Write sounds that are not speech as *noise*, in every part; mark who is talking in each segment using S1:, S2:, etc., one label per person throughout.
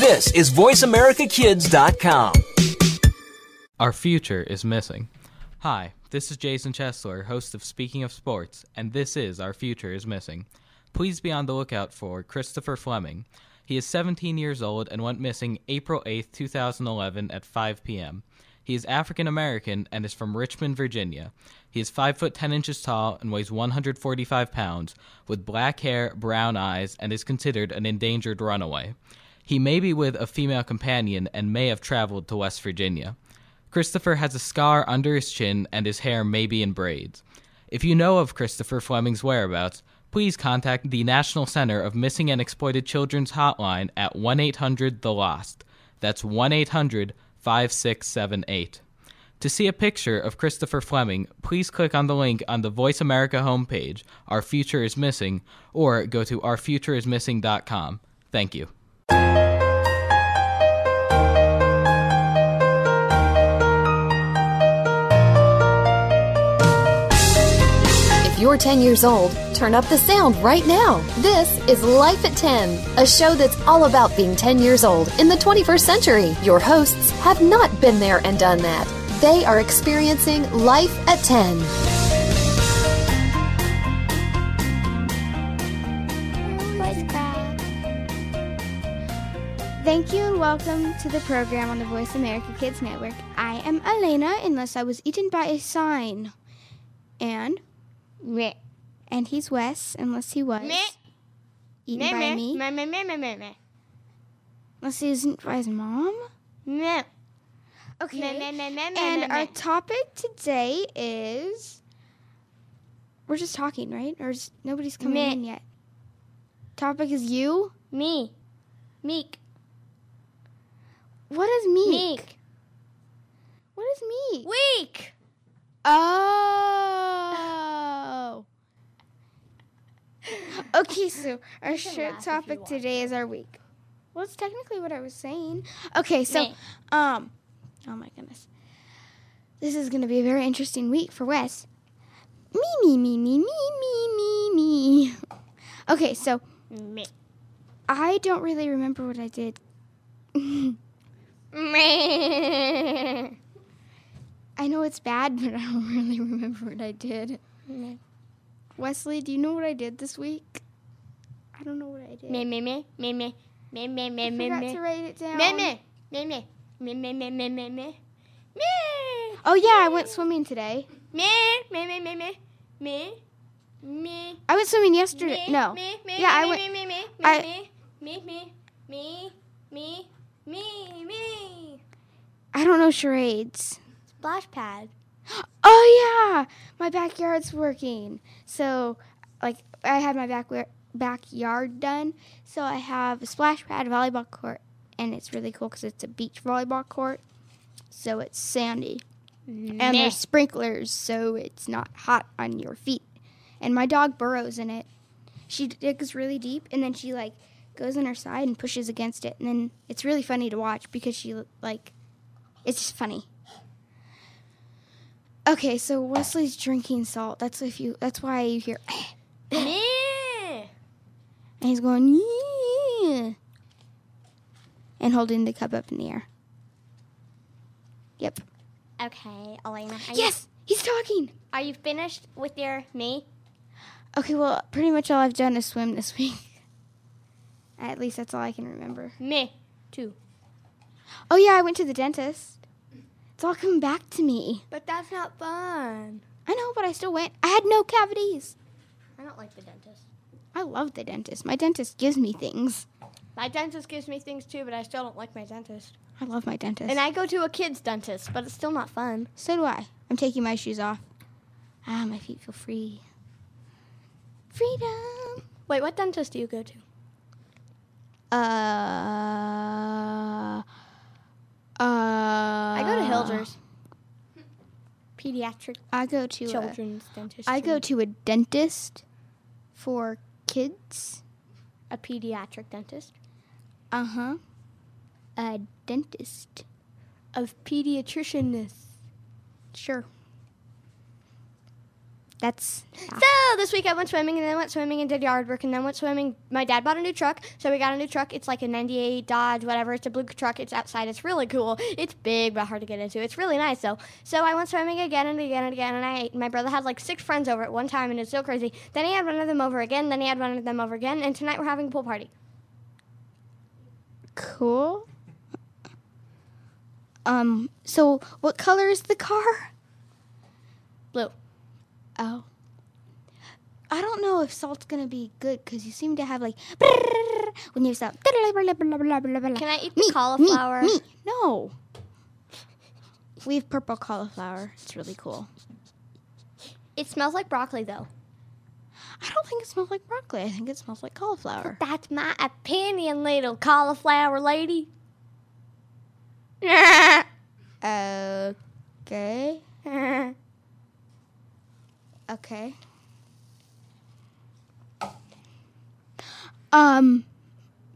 S1: This is VoiceAmericaKids.com.
S2: Our future is missing. Hi, this is Jason Chesler, host of Speaking of Sports, and this is Our Future is Missing. Please be on the lookout for Christopher Fleming. He is 17 years old and went missing April 8, 2011 at 5 p.m. He is African American and is from Richmond, Virginia. He is 5 foot 10 inches tall and weighs 145 pounds, with black hair, brown eyes, and is considered an endangered runaway. He may be with a female companion and may have traveled to West Virginia. Christopher has a scar under his chin and his hair may be in braids. If you know of Christopher Fleming's whereabouts, please contact the National Center of Missing and Exploited Children's hotline at 1 800 The Lost. That's 1 800 5678. To see a picture of Christopher Fleming, please click on the link on the Voice America homepage, Our Future is Missing, or go to ourfutureismissing.com. Thank you.
S3: If you're 10 years old, turn up the sound right now. This is Life at 10, a show that's all about being 10 years old in the 21st century. Your hosts have not been there and done that. They are experiencing Life at 10.
S4: Voice Crack. Thank you and welcome to the program on the Voice America Kids Network. I am Elena, unless I was eaten by a sign. And
S5: Meh.
S4: and he's Wes, unless he was
S5: Meh.
S4: eaten
S5: Meh,
S4: by
S5: meh,
S4: me,
S5: meh, meh, meh, meh, meh, meh.
S4: unless he isn't by his mom.
S5: Meh.
S4: Okay.
S5: Meh, meh, meh, meh, meh,
S4: and
S5: meh,
S4: our
S5: meh.
S4: topic today is we're just talking, right? Or is, nobody's coming
S5: Meh.
S4: in yet. Topic is you.
S5: Me. Meek.
S4: What is meek?
S5: Meek.
S4: What is meek?
S5: Weak.
S4: Oh. *laughs* okay, so our
S5: laugh
S4: short
S5: if you
S4: topic
S5: want.
S4: today is our week. Well, it's technically what I was saying. Okay, so
S5: Meh.
S4: um, oh my goodness, this is gonna be a very interesting week for Wes. Me me me me me me me me. Okay, so
S5: Meh.
S4: I don't really remember what I
S5: *laughs*
S4: did.
S5: Meh.
S4: I know it's bad, but I don't really remember what I did.
S5: Meh.
S4: Wesley, do you know what I did this week? I don't know what I did.
S5: Meh, meh, meh, meh, meh. Meh, meh, meh,
S4: I
S5: meh,
S4: forgot
S5: meh.
S4: to write it down.
S5: Meh, meh. Meh, meh. Meh, meh, meh, meh, meh, meh. Meh.
S4: Oh yeah, I went swimming today.
S5: Meh, meh, meh, meh, meh. Meh. Meh.
S4: I went swimming yesterday.
S5: Me,
S4: no.
S5: Me, me,
S4: Yeah, I
S5: me,
S4: went-
S5: Me, me, me,
S4: I-
S5: me, me, me, me, me, me, me.
S4: I don't know charades.
S5: Splash pad.
S4: Oh yeah, my backyard's working. So, like, I had my back backyard done. So I have a splash pad, volleyball court, and it's really cool because it's a beach volleyball court. So it's sandy, and
S5: Meh.
S4: there's sprinklers, so it's not hot on your feet. And my dog burrows in it. She digs really deep, and then she like goes on her side and pushes against it, and then it's really funny to watch because she like, it's just funny. Okay, so Wesley's drinking salt. That's if you. That's why you hear. *clears throat*
S5: Meh.
S4: And he's going, yeah. And holding the cup up in the air. Yep.
S5: Okay, Elena. Are
S4: Yes, he's talking.
S5: You, are you finished with your me?
S4: Okay, well, pretty much all I've done is swim this *laughs* week. At least that's all I can remember.
S5: Me. Two.
S4: Oh, yeah, I went to the dentist. It's all coming back to me.
S5: But that's not fun.
S4: I know, but I still went. I had no cavities.
S5: I don't like the dentist.
S4: I love the dentist. My dentist gives me things.
S5: My dentist gives me things too, but I still don't like my dentist.
S4: I love my dentist.
S5: And I go to a kid's dentist, but it's still not fun.
S4: So do I. I'm taking my shoes off. Ah, my feet feel free. Freedom.
S5: Wait, what dentist do you go to?
S4: Uh,
S5: Childers.
S6: Pediatric
S4: I go to a,
S6: children's dentist.
S4: I go to a dentist for kids.
S6: a pediatric dentist
S4: Uh huh. A dentist.
S6: of pediatricianess.
S4: Sure. That's ah.
S5: So this week I went swimming and then went swimming and did yard work and then went swimming. My dad bought a new truck, so we got a new truck. It's like a '98 Dodge, whatever. It's a blue truck. It's outside. It's really cool. It's big but hard to get into. It's really nice though. So I went swimming again and again and again. And I my brother had like six friends over at one time, and it's so crazy. Then he had one of them over again. Then he had one of them over again. And tonight we're having a pool party.
S4: cool. Um, so what color is the car?
S5: Blue.
S4: Oh. I don't know if salt's gonna be good because you seem to have like when you stop.
S5: Can
S4: Can
S5: I eat the cauliflower?
S4: Me, no. We have purple cauliflower. It's really cool.
S5: It smells like broccoli though.
S4: I don't think it smells like broccoli. I think it smells like cauliflower.
S5: That's my opinion, little
S4: *laughs*
S5: cauliflower lady.
S4: Okay. *laughs* Okay. Um.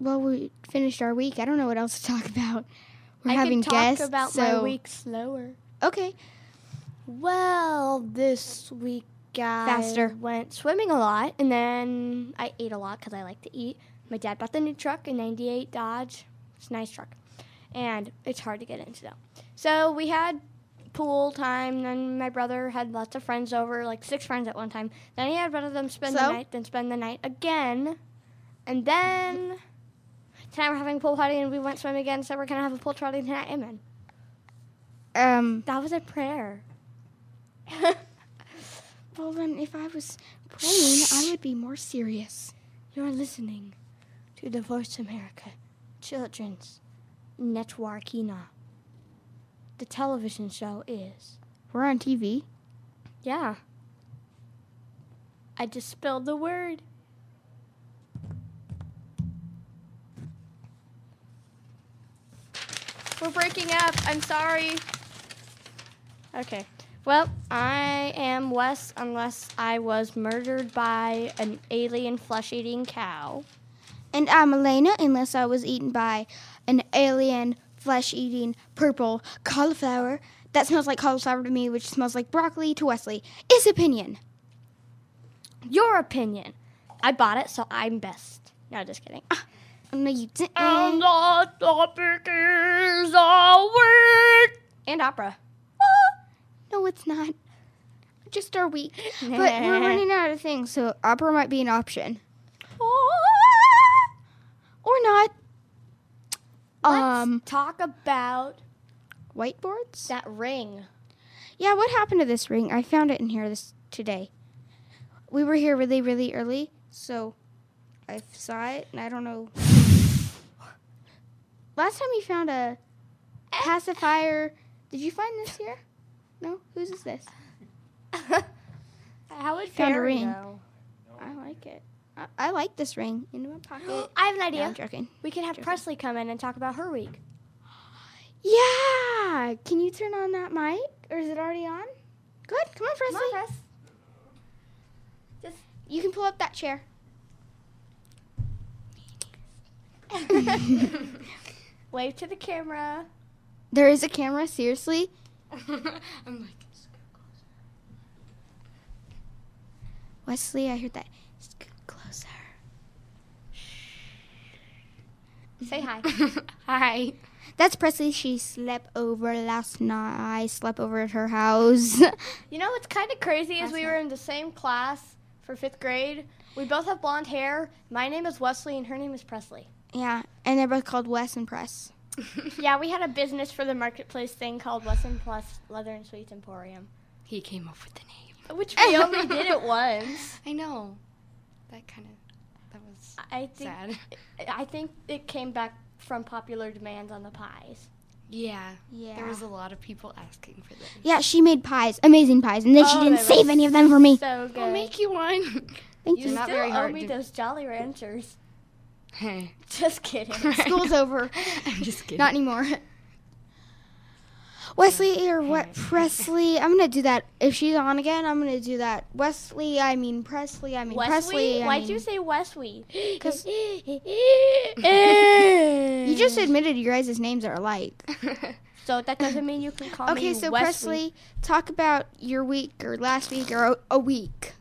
S4: Well, we finished our week. I don't know what else to talk about. We're
S5: I
S4: having
S5: can talk
S4: guests.
S5: about
S4: so
S5: my week slower.
S4: okay.
S5: Well, this week I
S4: Faster.
S5: went swimming a lot, and then I ate a lot because I like to eat. My dad bought the new truck, a '98 Dodge. It's a nice truck, and it's hard to get into though. So we had pool time. Then my brother had lots of friends over, like six friends at one time. Then he had one of them spend
S4: So?
S5: the night, then spend the night again, and then tonight we're having a pool party, and we went swimming again. So we're gonna have a pool party tonight. Amen.
S4: Um.
S5: That was a prayer.
S4: *laughs* Well, then, if I was praying, I would be more serious.
S5: You're listening to the Voice America Children's Networkina. The television show is.
S4: We're on TV.
S5: Yeah. I just spelled the word. We're breaking up. I'm sorry. Okay. Well, I am Wes unless I was murdered by an alien flesh eating cow.
S4: And I'm Elena, unless I was eaten by an alien flesh eating purple cauliflower that smells like cauliflower to me, which smells like broccoli to Wesley. Is opinion.
S5: Your opinion. I bought it, so I'm best. No, just kidding. *laughs*
S4: No, you didn't.
S5: the topic is our And *gasps* opera.
S4: no, it's not. Just our
S5: *laughs*
S4: week. but we're
S5: *gasps*
S4: running out of things, so opera might be an option. Or not. Um,
S5: Let's talk about
S4: whiteboards?
S5: that ring.
S4: Yeah, what happened to this ring? I found it in here this today. We were here really, really early, so I saw it, and I don't know. Last time you found a pacifier, did you find this here? No, whose is this?
S5: *laughs* How would
S4: Found a
S5: Barry
S4: ring.
S5: know?
S4: I like it. I, I like this ring. Into my pocket.
S5: I have an
S4: No, I'm
S5: idea.
S4: joking.
S5: we could have Presley come in and talk about her week.
S4: Yeah. Can you turn on that mic, or is it already on? Good. Come on, Presley. You can pull up that chair.
S5: Wave to
S4: *laughs*
S5: the camera.
S4: There is a camera. Seriously.
S5: I'm like,
S4: Wesley, I heard that. Scoot closer.
S5: say hi.
S4: *laughs*
S6: Hi.
S4: That's Presley. She slept over last night. I slept over at her house. *laughs*
S5: You know what's kind of crazy is we were in the same class for fifth grade. We both have blonde hair. My name is Wesley and her name
S4: *laughs*
S5: is Presley.
S4: yeah, and they're both called Wes and Press.
S5: yeah, we had a business for the marketplace thing called Wesson Plus Leather and Sweets Emporium,
S6: He came up with the name. *laughs*
S5: which we only did it once.
S6: I know. That kind of that was
S5: I think
S6: sad.
S5: *laughs* I think it came back from popular demands on the pies.
S6: Yeah.
S4: Yeah.
S6: There was a lot of people asking for this.
S4: Yeah, she made pies, amazing pies, and then she
S5: Oh,
S4: didn't
S5: they were
S4: save any of them for me.
S5: So good.
S6: I'll make you one.
S4: *laughs* Thank
S5: you
S4: you.
S6: You're not
S5: still
S6: very
S5: owe
S6: hard
S5: me
S6: to-
S5: those Jolly Ranchers. *laughs*
S6: Hey. *laughs*
S5: Just kidding. *laughs*
S4: School's over.
S6: I'm just kidding.
S4: Not anymore. *laughs* Wesley or what? Presley. I'm gonna do that. If she's on again, I'm gonna do that. Wesley. I mean Presley. I mean Presley. I
S5: Why'd
S4: mean- *laughs*
S5: you say Wesley? *gasps*
S6: *laughs*
S4: 'Cause-
S5: you
S4: You just admitted your guys' names are alike.
S5: *laughs* so that doesn't mean you can call me
S4: Okay, so
S5: Wesley.
S4: Presley, talk about your week or last week or a- a week.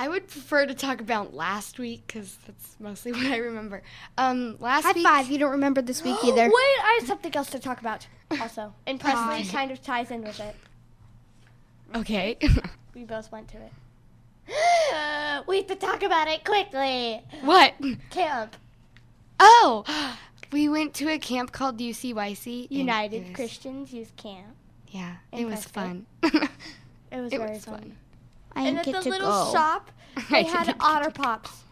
S6: I would prefer to talk about last week because that's mostly *laughs* what I remember. Um, last
S4: High
S6: week,
S4: five. You don't remember this
S6: *gasps*
S4: week either.
S5: Wait, I have something else to talk about. Also, and Presley kind of ties in with it.
S6: Okay.
S5: We both went to it. Uh, we have to talk about it quickly.
S6: what?
S5: Camp
S6: Oh, *gasps* we went to a camp called UCYC. and
S5: United
S6: it was-
S5: Christians Youth Camp.
S6: Yeah,
S5: in
S6: it was
S5: Prescott.
S6: fun.
S5: It was
S6: It
S5: very
S6: was
S5: fun.
S6: fun.
S4: I
S5: And
S4: didn't
S5: at
S4: get
S5: the
S4: to
S5: little
S4: go. *laughs*
S5: shop,
S6: I
S5: they had
S6: didn't-
S5: otter pops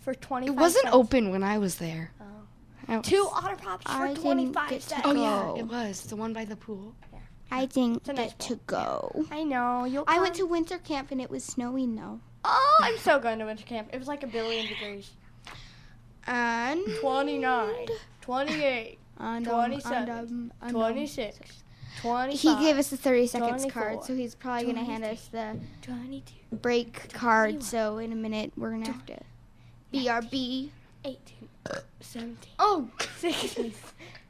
S5: for twenty.
S6: It wasn't open when I was there.
S5: Oh.
S6: I was-
S5: Two otter pops
S4: I
S5: for
S4: didn't
S5: twenty five
S4: get to
S5: cents.
S6: Oh yeah,
S4: go.
S6: it was the one by the pool.
S4: I didn't
S5: nice
S4: get to go.
S5: I know. You'll.
S4: I went to
S5: come.
S4: winter camp and it was snowing though.
S5: Oh, I'm so going to winter camp. It was like a billion degrees.
S4: And
S5: 29, 28,
S4: And,
S5: 27,
S4: um, and, um,
S5: 26, 25.
S4: He gave us the 30 seconds card,
S5: 24,
S4: so he's probably going to hand us the
S5: 22,
S4: break card. So in a minute, we're going to have to BRB.
S5: 18, 17. Oh, 16,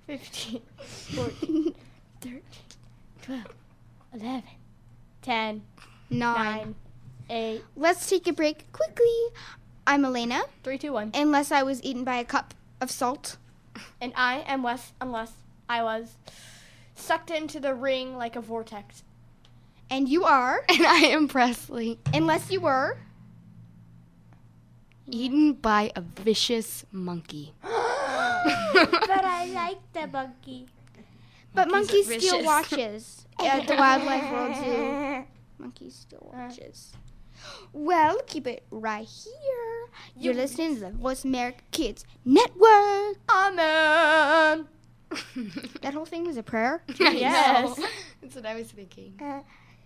S5: 15, 14,
S4: *laughs*
S5: 13, 12, 11, 10,
S4: Nine.
S5: 9, 8,
S4: Let's take a break quickly. I'm Elena,
S5: 3, 2, 1.
S4: unless I was eaten by a cup of salt.
S5: And I am Wes, unless I was sucked into the ring like a vortex.
S4: *laughs* And you are,
S6: *laughs* And I am Presley,
S4: unless you were.
S6: eaten by a vicious monkey. *laughs*
S5: But I like the monkey.
S4: But monkeys,
S6: Monkeys are
S4: still
S6: vicious.
S4: *laughs* watches at the Wildlife World
S5: *laughs*
S4: Zoo. Monkeys still watches. Well, keep it right here. You're listening to the Voice America Kids Network.
S5: Amen.
S4: *laughs* That whole thing was a prayer.
S5: *laughs*
S4: Uh,
S5: Yes.
S6: *laughs* That's what I was thinking.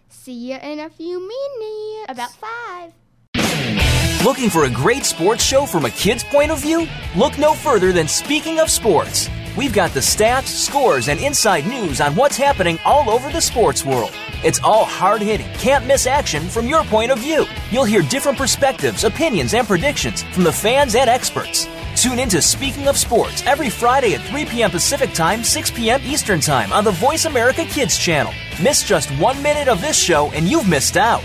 S4: See ya in a few minutes.
S5: About five.
S1: Looking for a great sports show from a kid's point of view? Look no further than Speaking of Sports. We've got the stats, scores, and inside news on what's happening all over the sports world. It's all hard hitting, can't miss action from your point of view. You'll hear different perspectives, opinions, and predictions from the fans and experts. Tune into Speaking of Sports every Friday at 3 p.m. Pacific Time, 6 p.m. Eastern Time on the Voice America Kids channel. Miss just one minute of this show and you've missed out.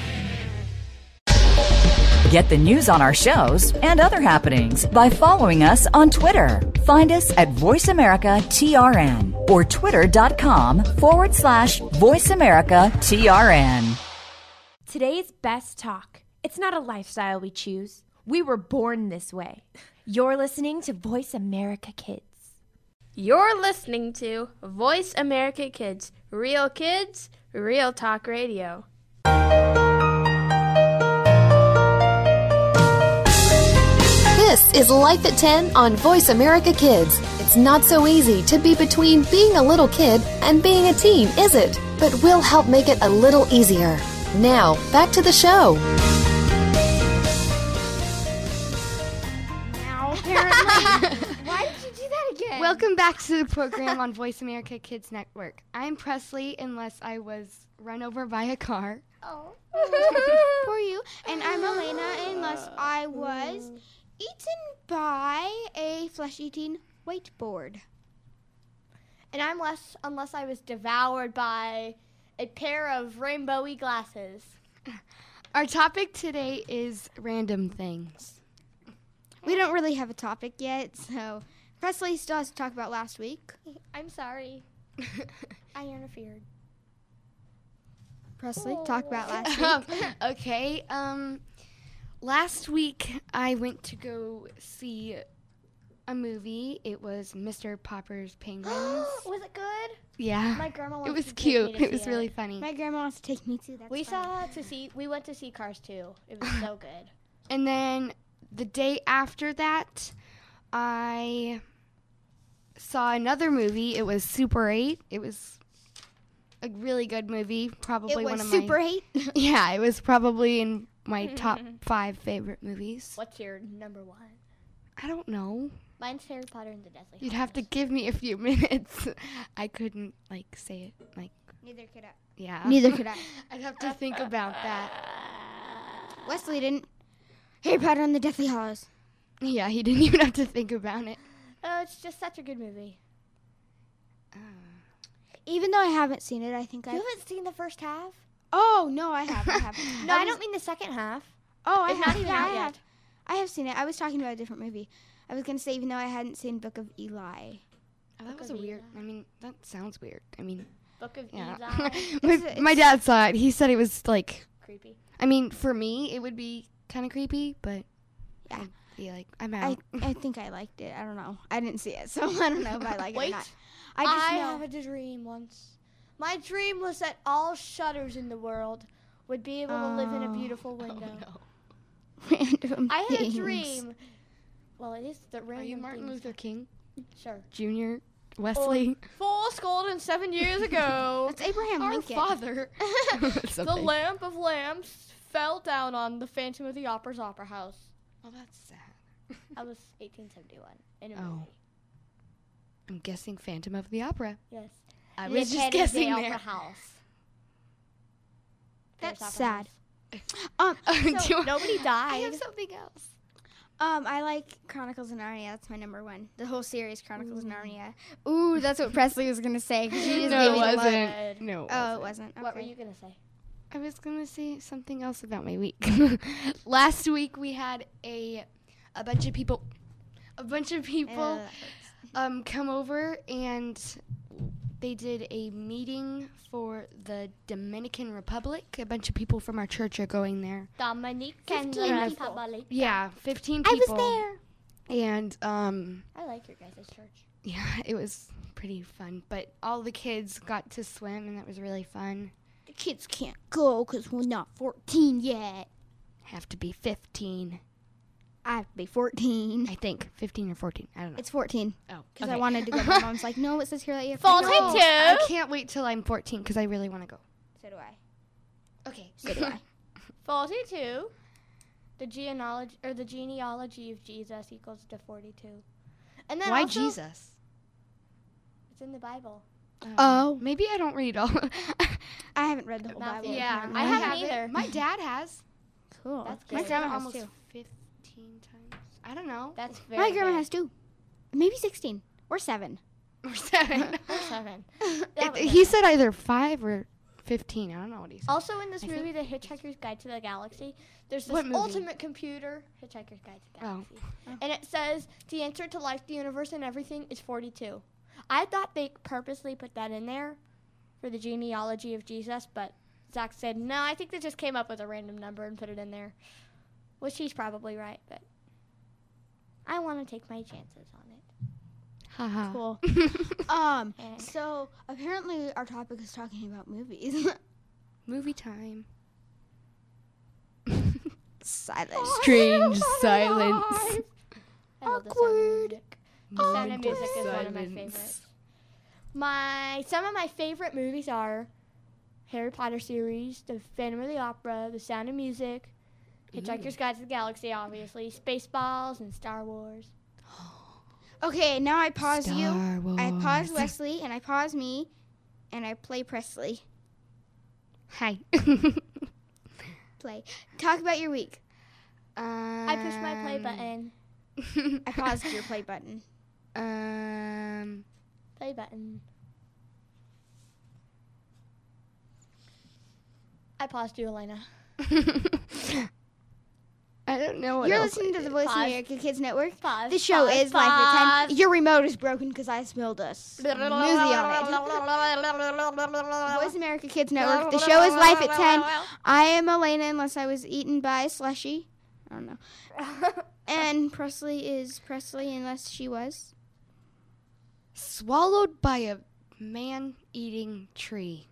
S7: Get the news on our shows and other happenings by following us on Twitter. Find us at VoiceAmericaTRN or twitter.com forward slash VoiceAmericaTRN.
S8: Today's best talk. It's not a lifestyle we choose. We were born this way. You're listening to Voice America Kids.
S9: You're listening to Voice America Kids, real kids, real talk radio.
S3: This is Life at 10 on Voice America Kids. It's not so easy to be between being a little kid and being a teen, is it? But we'll help make it a little easier. Now, back to the show.
S4: now, apparently.
S6: *laughs*
S5: Why did you do that again?
S6: Welcome back to the program on Voice America Kids Network. I'm Presley, unless I was run over by a car.
S4: Oh. *laughs* for you. And I'm Elena, unless I was eaten by a flesh eating whiteboard.
S5: And I'm less unless I was devoured by a pair of
S4: *laughs*
S5: rainbowy glasses.
S6: Our topic today is random things.
S4: We don't really have a topic yet, so Presley still has to talk about last week. *laughs*
S5: I'm sorry. I interfered.
S4: Presley, talk about last week.
S6: *laughs* okay. Um, last week I went to go see a movie. It was Mr. Popper's
S4: *gasps*
S6: Penguins.
S5: was it good?
S6: yeah.
S5: My grandma
S6: it
S5: wants
S6: was
S5: to take me
S6: cute.
S5: to
S6: It was
S5: see
S6: really funny.
S4: My grandma wants to take me to that.
S5: We saw to see. We went to see Cars 2.
S6: *laughs*
S5: It was so good.
S6: And then the day after that, I saw another movie. It was Super 8. It was a really good movie. Probably
S4: It was
S6: one of
S4: super
S6: my
S4: hate.
S6: *laughs* Yeah, it was probably in
S5: *laughs*
S4: *laughs*
S6: my top 5 favorite movies.
S5: What's your number one?
S6: I don't know.
S5: Mine's Harry Potter and the Deathly
S6: You'd have to give me a few *laughs* minutes. I couldn't like say it like
S5: Neither could I.
S6: yeah.
S4: Neither
S6: *laughs*
S4: could I.
S6: I'd have to
S5: *laughs*
S6: think about that.
S4: Wesley didn't. Harry Potter and the Deathly Hollows.
S6: Yeah, he didn't even have to think about it.
S5: Oh, it's just such a good movie.
S4: Even though I haven't seen it, I think I.
S5: You haven't seen the first half?
S4: Oh no, I have. I
S5: *laughs*
S4: have.
S5: No, I don't mean the second half.
S4: Oh, I
S5: It's
S4: have.
S5: not even
S4: yeah,
S5: out
S4: I
S5: yet.
S4: have. I have seen it. I was talking about a different movie. I was gonna say even though I hadn't seen Book of Eli.
S6: Oh, that was a weird. I mean, that sounds weird. I mean,
S5: Book of
S6: yeah. *laughs*
S5: Eli.
S6: my, my dad saw it. He said it was like.
S5: Creepy.
S6: I mean, for me, it would be kind of creepy, but *laughs* yeah, I'd be like, I'm
S4: I,
S6: out.
S4: I think I liked it. I don't know. I didn't see it, so *laughs* I don't know if I like it or not. I just
S5: I
S4: know.
S5: have a dream once. My dream was that all shutters in the world would be able to live in
S6: Oh.
S5: a beautiful window.
S4: random
S5: I had
S4: things.
S5: a dream. Well, it is the
S6: Are
S5: random
S6: you Martin
S5: things.
S6: Luther King
S5: Sure.
S6: Jr.
S5: Oh,
S6: Wesley? *laughs*
S9: Full scolded seven years
S5: *laughs*
S9: ago.
S4: It's Abraham
S9: Our
S4: Lincoln.
S6: *laughs*
S9: father, the
S6: Something.
S9: lamp of lamps, fell down on the Phantom of the Opera's opera house.
S6: oh, that's sad. *laughs*
S5: I was 1871 in a
S6: Oh.
S5: movie.
S6: I'm guessing Phantom of the Opera.
S5: Yes.
S6: I
S5: Nick
S6: was just
S5: Cannon's The
S6: guessing
S5: Opera
S6: there. *laughs*
S5: House.
S4: That's
S5: Paris Opera
S4: sad.
S5: House.
S4: Um,
S6: *laughs* Do you-
S5: Nobody
S6: *laughs* I
S5: died.
S6: have something else.
S4: um, I like Chronicles of Narnia. That's my number one. The whole series, Chronicles of Narnia. Ooh, that's
S6: *laughs*
S4: what Presley was gonna say. 'cause she just
S6: No,
S4: gave me the
S6: it
S4: look.
S6: wasn't. No, it
S4: Oh, it
S6: wasn't.
S4: wasn't.
S5: What were
S4: Okay.
S5: you gonna say?
S6: I was gonna say something else about my week. *laughs* Last week we had a a bunch of people, a bunch of people,
S4: that
S6: um, come over and they did a meeting for the Dominican Republic. A bunch of people from our church are going there.
S5: Dominique and
S6: Fifteen
S5: the
S6: people.
S5: Republic.
S6: Yeah, fifteen people.
S4: I
S6: there. And um,
S5: I like your guys' church.
S6: yeah, *laughs* it was pretty fun. But all the kids got to swim, and that was really fun.
S4: The kids can't go because we're not 14 yet.
S6: Have to be fifteen,
S4: I have to be 14.
S6: I think, fifteen or fourteen. I don't know.
S4: It's 14.
S6: oh,
S4: Because I
S6: okay.
S4: wanted to
S6: *laughs*
S4: go. My mom's like, no, it says here that you have to
S9: Fall
S4: go."
S9: take two.
S6: I can't wait till I'm 14 because I really want to go.
S5: So do I.
S6: Okay. *laughs*
S5: Forty-two. The genealogy or the genealogy of Jesus equals to forty-two. And then
S6: Why
S5: also,
S6: Jesus?
S5: It's in the Bible.
S6: *laughs* Oh, maybe I don't read all.
S4: I haven't read the whole
S5: Not
S4: Bible.
S5: the-
S6: yeah,
S5: I haven't either.
S6: My dad has.
S4: Cool.
S5: That's
S6: My *laughs*
S5: good.
S6: dad
S5: has
S6: almost
S5: too.
S6: 15 times. I don't know.
S5: That's very.
S4: My grandma
S5: good.
S4: has two. Maybe 16 or seven. *laughs*
S6: Or seven.
S5: seven.
S6: It-
S5: That was
S6: he
S5: it.
S6: said either five or 15. I don't know what he said.
S5: Also in this movie, The Hitchhiker's Guide to the Galaxy, there's this
S6: What movie?
S5: ultimate computer, Hitchhiker's Guide to the *laughs*
S6: Oh.
S5: Galaxy, and it says the answer to life, the universe, and everything is 42. I thought they purposely put that in there for the genealogy of Jesus, but Zach said no. I think they just came up with a random number and put it in there, which he's probably right, but I want to take my chances on it.
S6: Haha.
S4: Cool. *laughs*
S6: *laughs*
S4: um, so apparently our topic is talking about movies. *laughs*
S6: Movie time.
S4: Silence.
S6: *laughs*
S4: *laughs*
S6: Strange silence.
S5: I love the sound of
S4: Awkward.
S5: music. The sound of music is one of my
S6: silence.
S5: favorites. My some of my favorite movies are Harry Potter series, The Phantom of the Opera, The Sound of Music, Hitchhiker's Guide to the Galaxy, obviously, Spaceballs, and Star Wars.
S4: Okay, now I pause you.
S6: Star
S4: I pause
S6: Wars.
S4: Wesley and I pause me and I play Presley.
S6: Hi. *laughs*
S4: Play. Talk about your week. Um,
S5: I pushed my play button.
S6: button. *laughs*
S4: I paused your play button.
S6: Um,
S5: Play button. I paused you, Elena.
S6: *laughs* I don't know what
S4: You're
S6: else
S4: listening
S6: I
S4: to the
S6: did.
S4: Voice
S5: Pause.
S4: America Kids Network.
S5: Pause.
S4: The show
S5: pause,
S4: is live at 10. Your remote is broken because I spilled a smoothie on it. Voice America Kids Network. The show is live at 10. I am Elena unless I was eaten by Slushy. I don't know.
S5: *laughs*
S4: and Presley is Presley unless she was.
S6: swallowed by a man-eating
S5: *laughs*
S6: tree.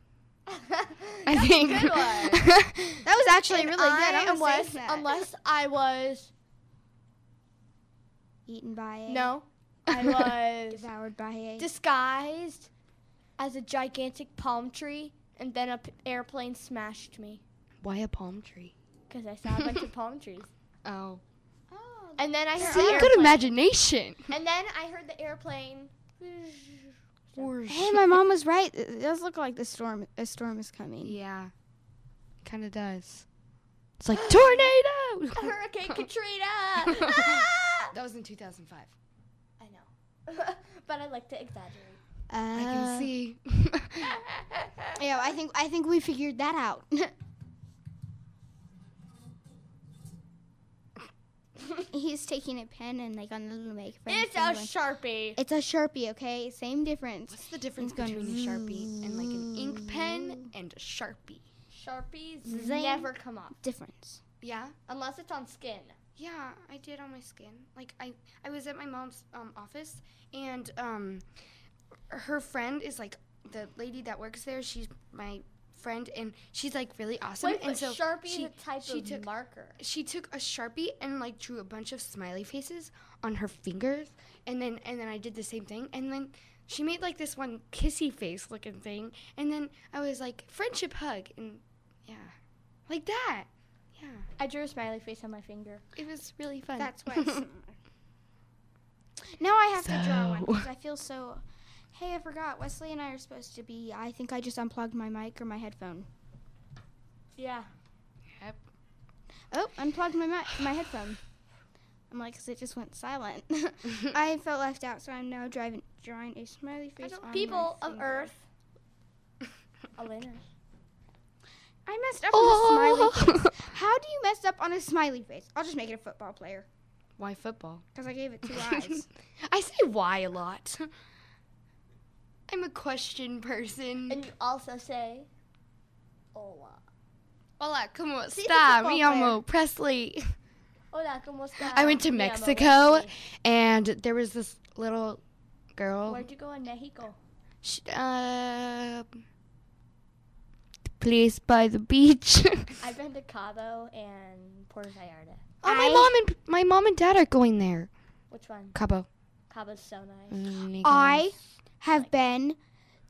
S6: I think.
S4: That was actually really
S5: I
S4: good. I'm gonna
S5: unless,
S4: sing that.
S5: unless I was
S4: *laughs* eaten by a *laughs*
S5: no, I was
S4: devoured by a
S5: disguised as a gigantic palm tree, and then a p- airplane smashed me
S6: Why a palm tree?
S5: because I saw a bunch of palm trees.
S6: Oh.
S4: Oh.
S5: And then I heard
S6: See,
S5: the
S6: good
S5: airplane- *laughs*
S6: imagination.
S5: And then I heard the airplane.
S4: Hey, my mom was right. It does look like the storm. A storm is coming.
S6: Yeah, kind of does. It's like tornado.
S5: *laughs*
S6: *laughs*
S5: Hurricane Katrina. Ah!
S6: That was in 2005.
S5: I know. *laughs* but I like to exaggerate.
S6: I can see.
S4: Uh, *laughs* Yeah, I think I think we figured that
S6: *laughs*
S4: out. He's taking a pen and like on a little make.
S5: It's a Sharpie.
S4: it's a sharpie, okay? Same difference.
S6: What's the difference between a sharpie and like an ink pen
S4: Mm.
S6: and a sharpie?
S5: Sharpies
S4: Zing.
S5: never come off
S4: Difference.
S6: Yeah.
S5: unless it's on skin.
S6: Yeah, I did on my skin. Like I, I was at my mom's um, office, and um, her friend is like the lady that works there. She's my friend, and she's like really awesome.
S5: Wait,
S6: and
S5: but Sharpie is a type
S6: she
S5: of
S6: took,
S5: marker.
S6: She took a sharpie and like drew a bunch of smiley faces on her fingers, and then and then I did the same thing, and then she made like this one kissy face looking thing, and then I was like friendship hug, and yeah, like that. Yeah,
S5: I drew a smiley face on my finger.
S6: it was really
S4: *laughs*
S6: fun.
S4: That's why. it's similar. now I have to draw one because I feel so. Hey, I forgot. Wesley and I are supposed to be. I think I just unplugged my mic or my headphone.
S5: Yeah.
S4: Oh, unplugged my mic, my headphone. I'm like, 'cause it just went *laughs* silent. I felt left out, so I'm now driving, drawing a smiley face. On my
S5: People of
S4: finger.
S5: Earth. Elena.
S4: I messed up on a smiley face. How do you mess up on a smiley face? I'll just make it a football player
S6: Why football?
S4: because I gave it *laughs* two eyes.
S6: I say why a lot. *laughs* I'm a question person.
S5: And you also say, Hola.
S6: Hola, como
S5: it's a
S6: esta?
S5: football
S6: Me llamo Presley.
S5: Hola, ¿cómo estás?
S6: I went to
S5: Me llamo
S6: Mexico,
S5: Wesley.
S6: and there was this little girl.
S5: Where'd you go in Mexico?
S6: She, uh, place by the beach. *laughs*
S5: I've been to Cabo and Puerto Vallarta.
S6: oh, my mom and my mom and dad are going there.
S5: Which one?
S6: Cabo.
S5: Cabo's so nice.
S6: Mm,
S4: I have been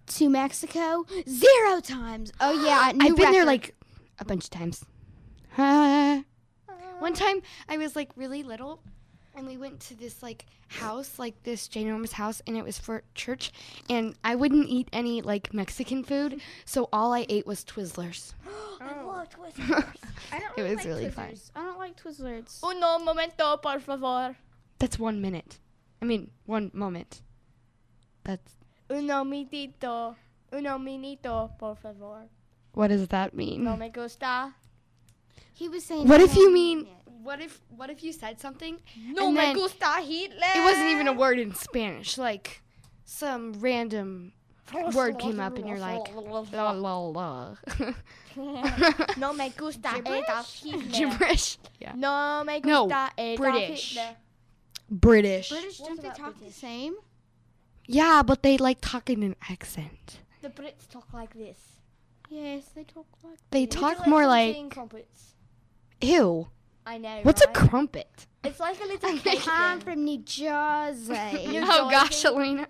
S4: to Mexico zero times. Oh *gasps* yeah, new
S6: I've been there
S4: record.
S6: like a bunch of times. *laughs* One
S5: Uh.
S6: time I was like really little and we went to
S4: *gasps*
S6: this like house, like this ginormous house, and it was for church. And I wouldn't eat any like Mexican food, so all I ate was Twizzlers.
S4: *laughs*
S5: I walked with
S4: Oh. I don't
S6: *laughs* It was really fun.
S4: Twizzlers. I don't like Twizzlers.
S5: Uno momento, por favor.
S6: That's one minute. I mean, one moment. That's
S5: Uno minutito. Uno minito, por favor.
S6: what does that mean?
S5: No me gusta.
S4: He was saying.
S6: What
S4: I
S6: if
S4: don't
S6: you
S4: like
S6: mean?
S4: it.
S6: What if? What if you said something?
S5: No
S6: and
S5: me
S6: then-
S5: gusta Hitler.
S6: It wasn't even a word in Spanish. Like some random word came up, and you're like, la la la.
S5: *laughs* No me gusta Adolf Hitler.
S6: Gibberish. Yeah.
S5: No me
S6: No,
S5: gusta Adolf
S6: British.
S5: Hitler.
S6: British.
S4: British don't they talk the same?
S6: Yeah, but they like talk in an accent.
S5: The Brits talk like this.
S4: Yes, they talk like.
S6: They
S5: Would you
S6: talk more
S5: some
S6: like
S5: king crumpets?
S6: ew.
S5: I know.
S6: What's a
S5: right?
S6: crumpet?
S5: It's like a
S6: *laughs*
S5: little
S4: I'm
S5: cake.
S4: from New Jersey.
S6: Oh gosh, Elena.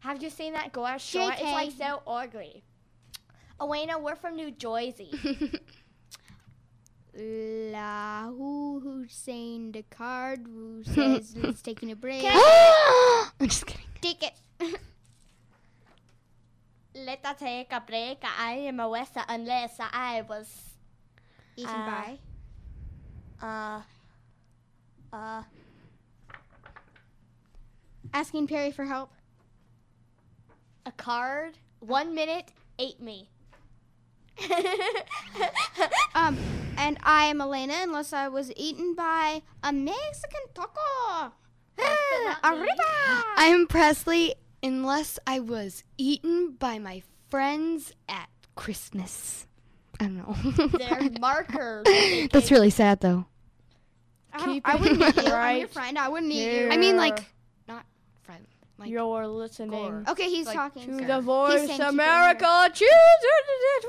S5: Have you seen that Gore Shore? It's
S4: JK.
S5: like so ugly. Elena, we're from
S4: *laughs*
S5: New Jersey.
S4: La who Hussein the card who says let's taking a break.
S6: I'm just kidding.
S4: Take it.
S5: Let us take a break. I am a Wessa unless I was
S4: Eaten
S5: Uh,
S4: by.
S5: uh uh
S4: Asking Perry for help.
S5: a card. One minute ate me.
S4: Um, and I am Elena unless I was eaten by a Mexican taco. Ah,
S5: not me.
S4: *laughs* arriba.
S6: I'm Presley. Unless I was eaten by my friends at Christmas. I don't
S4: *laughs*
S5: They're
S6: know.
S5: markers.
S6: *laughs* That's really sad though.
S4: I, don't- I wouldn't eat you. I'm your friend. I wouldn't eat you.
S6: I mean, like not friend. Like
S5: You're listening.
S4: Okay, he's
S6: like,
S4: talking.
S6: to
S4: so-
S6: the
S4: he's
S5: Voice
S4: saying keep it in your-
S5: America Children Network.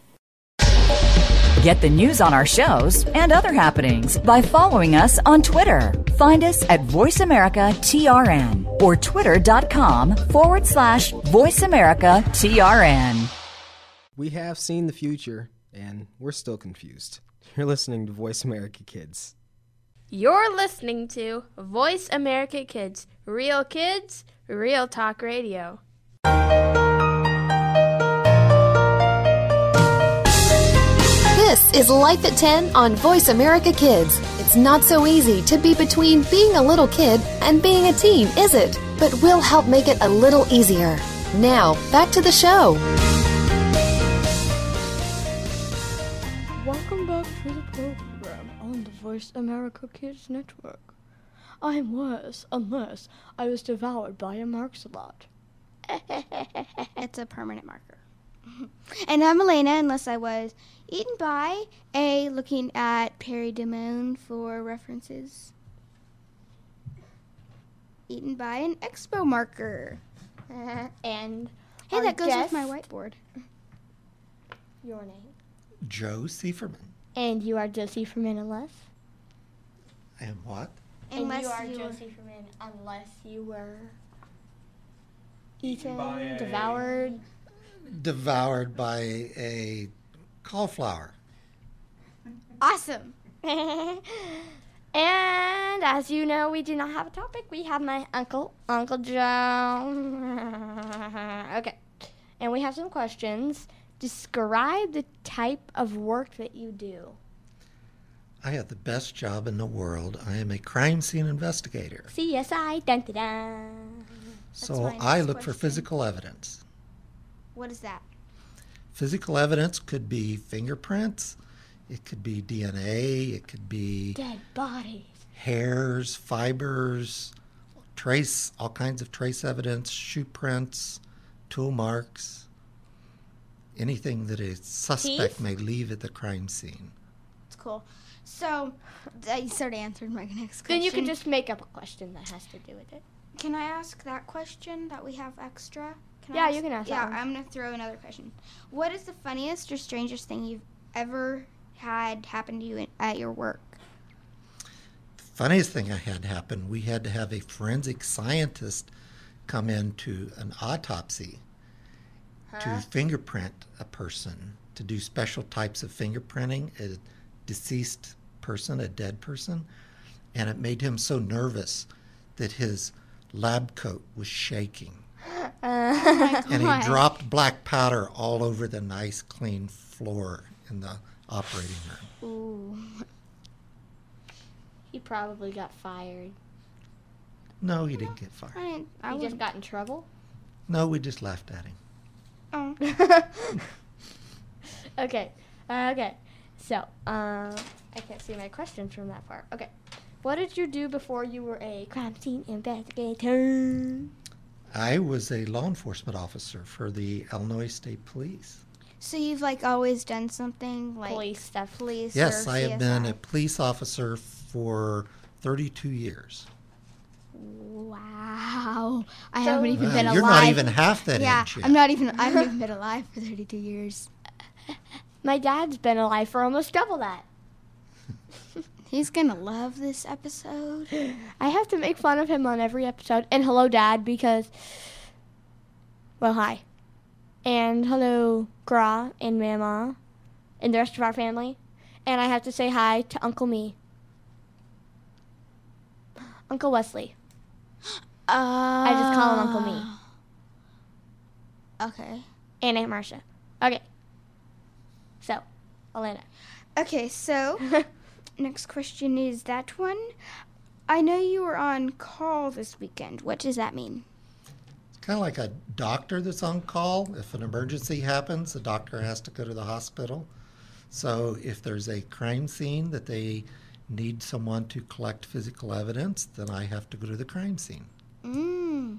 S7: Get the news on our shows and other happenings by following us on Twitter. Find us at VoiceAmericaTRN or twitter.com forward slash VoiceAmericaTRN.
S10: We have seen the future, and we're still confused. You're listening to Voice America Kids.
S9: You're listening to Voice America Kids, real kids, real talk radio.
S3: This is Life at 10 on Voice America Kids. It's not so easy to be between being a little kid and being a teen, is it? But we'll help make it a little easier. Now, back to the show.
S5: Welcome back to the program on the Voice America Kids Network. I was, unless I was devoured by a *laughs* Marxalot.
S4: It's a permanent marker. and I'm Elena, unless I was eaten by a looking at Perry DeMone for references. Eaten by an expo marker.
S5: *laughs* and
S4: Hey,
S5: our
S4: that goes with
S5: guest,
S4: my whiteboard.
S5: Your name.
S11: Joe Seiferman.
S5: And you are Josie from Unless.
S11: I am what?
S5: and you are Josie from In unless you were eaten, devoured.
S11: Devoured by a cauliflower.
S5: *laughs*
S4: Awesome.
S5: and as you know, we do not have a topic. We have my uncle, Uncle Joe. *laughs* okay. And we have some questions. Describe the type of work that you do.
S11: I have the best job in the world. I am a crime scene investigator.
S5: CSI, dun dun dun.
S11: so
S4: my
S11: I
S4: next
S11: look for
S4: question.
S11: physical evidence.
S4: What is that?
S11: Physical evidence could be fingerprints, it could be DNA, it could be
S5: Dead bodies.
S11: hairs, fibers, trace, all kinds of trace evidence, shoe prints, tool marks, anything that a suspect
S5: Teeth?
S11: may leave at the crime scene.
S4: It's cool. So, I sort of answered my next question.
S5: Then you can just make up a question that has to do with it.
S4: Can I ask that question that we have extra? Can
S5: Yeah, you can ask that
S4: Yeah,
S5: one.
S4: I'm gonna throw another question. What is the funniest or strangest thing you've ever had happen to you in, at your work?
S11: funniest thing I had happen, we had to have a forensic scientist come in to an autopsy to fingerprint a person, to do special types of fingerprinting, a deceased person, a dead person. And it made him so nervous that his lab coat was shaking. and he dropped black powder all over the nice clean floor in the operating room.
S5: *laughs* He probably got fired.
S11: No, he didn't get
S4: I
S11: fired.
S4: didn't. I
S5: He
S4: was.
S5: just got in trouble.
S11: No, we just laughed at him.
S4: Oh.
S5: *laughs* Okay. Uh, okay. So, uh, I can't see my question from that far. Okay. What did you do before you were a crime scene investigator?
S11: I was a law enforcement officer for the Illinois State Police.
S4: So you've like always done something like
S5: Police stuff.
S4: police
S11: Yes,
S4: or
S11: I have been
S4: CSI?
S11: a police officer for 32 years.
S4: Wow. I haven't even
S11: Wow,
S4: been
S11: you're
S4: alive.
S11: not even half that
S4: yeah,
S11: age yet.
S4: I'm not even. I haven't
S11: *laughs*
S4: even been alive for 32 years.
S5: My dad's been alive for almost double *laughs* that.
S4: He's gonna love this episode.
S5: *gasps* I have to make fun of him on every episode. And hello, Dad, because. Well, hi. And hello, Gra and Mama and the rest of our family. And I have to say hi to Uncle Me. Uncle *gasps* Wesley. Uh, I just call him Uncle Me.
S4: Okay.
S5: and Aunt Marcia. Okay. So, Elena.
S4: Okay,
S5: *laughs*
S4: so next question is that one. I know you were on call this weekend. What does that mean?
S11: It's kind of like a doctor that's on call. If an emergency happens, the doctor has to go to the hospital. So if there's a crime scene that they need someone to collect physical evidence, then I have to go to the crime scene.
S4: Mm.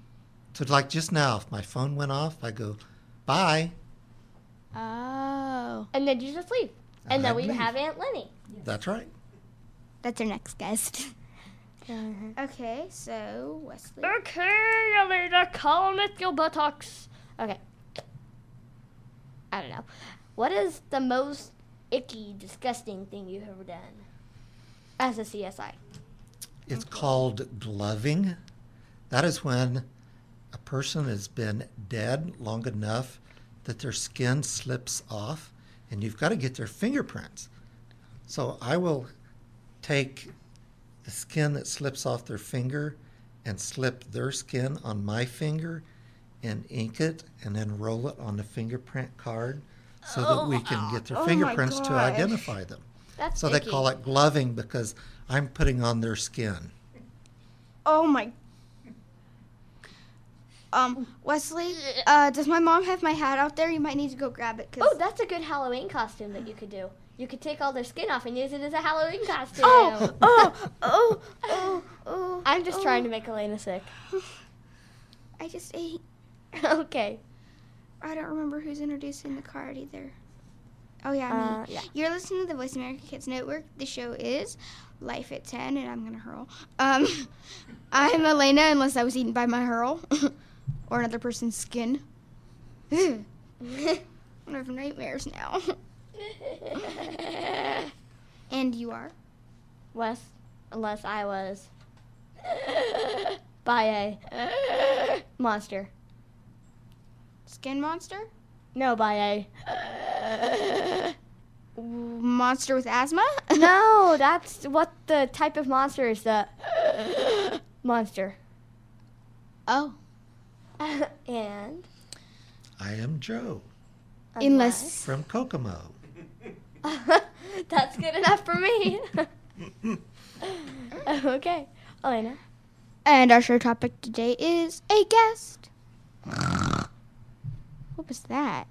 S11: So like just now, if my phone went off, I go, bye.
S4: Oh.
S5: And then you just leave. And then
S11: I'd
S5: we
S11: leave.
S5: have Aunt Lenny.
S11: That's right.
S4: That's our next guest. *laughs*
S5: Uh-huh.
S4: Okay, so Wesley.
S5: Okay, I made a column with your buttocks. Okay. I don't know. What is the most icky, disgusting thing you've ever done as a CSI?
S11: It's called gloving. That is when a person has been dead long enough that their skin slips off and you've got to get their fingerprints. So I will take the skin that slips off their finger and slip their skin on my finger and ink it and then roll it on the fingerprint card so that we can get their
S5: Oh, oh my
S11: fingerprints to
S5: gosh.
S11: identify them.
S5: That's
S11: so they
S5: icky.
S11: call it gloving because I'm putting on their skin.
S4: Oh my. Um, Wesley, uh, does my mom have my hat out there? You might need to go grab it. Cause
S5: Oh, that's a good Halloween costume that you could do. You could take all their skin off and use it as a Halloween costume.
S4: Oh, oh, oh, oh, oh.
S5: I'm just
S4: oh.
S5: trying to make Elena sick.
S4: *laughs* I just ate.
S5: *laughs* okay.
S4: I don't remember who's introducing the card either. Oh yeah, me.
S5: Uh, yeah.
S4: You're listening to the Voice America Kids Network. The show is Life at Ten, and I'm gonna hurl. Um, *laughs* *laughs* I'm Elena,
S5: *laughs*
S4: unless I was eaten by my hurl *laughs* or another person's
S5: *laughs*
S4: skin. *laughs* I have nightmares
S5: *laughs*
S4: now. and you are.
S5: Unless, unless I was
S4: *laughs*
S5: by a monster.
S4: Skin
S5: *laughs*
S4: monster?
S5: No, by a.
S4: Monster with asthma? *laughs*
S5: no, that's what the type of monster is. The
S4: *laughs*
S5: monster.
S4: Oh.
S5: *laughs* and
S11: I am Joe
S4: Unless.
S11: from Kokomo.
S4: *laughs*
S5: that's good enough for me. okay, Elena.
S4: And our show topic today is a guest. what was that?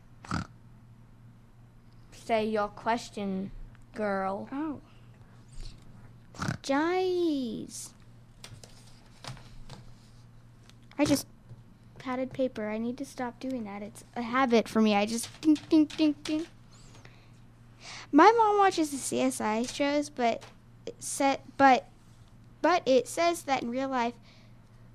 S5: Say your question, girl.
S4: Oh. Jeez. I just patted paper. I need to stop doing that. It's a habit for me. I just ding ding ding ding. My mom watches the CSI shows, but it set but but it says that in real life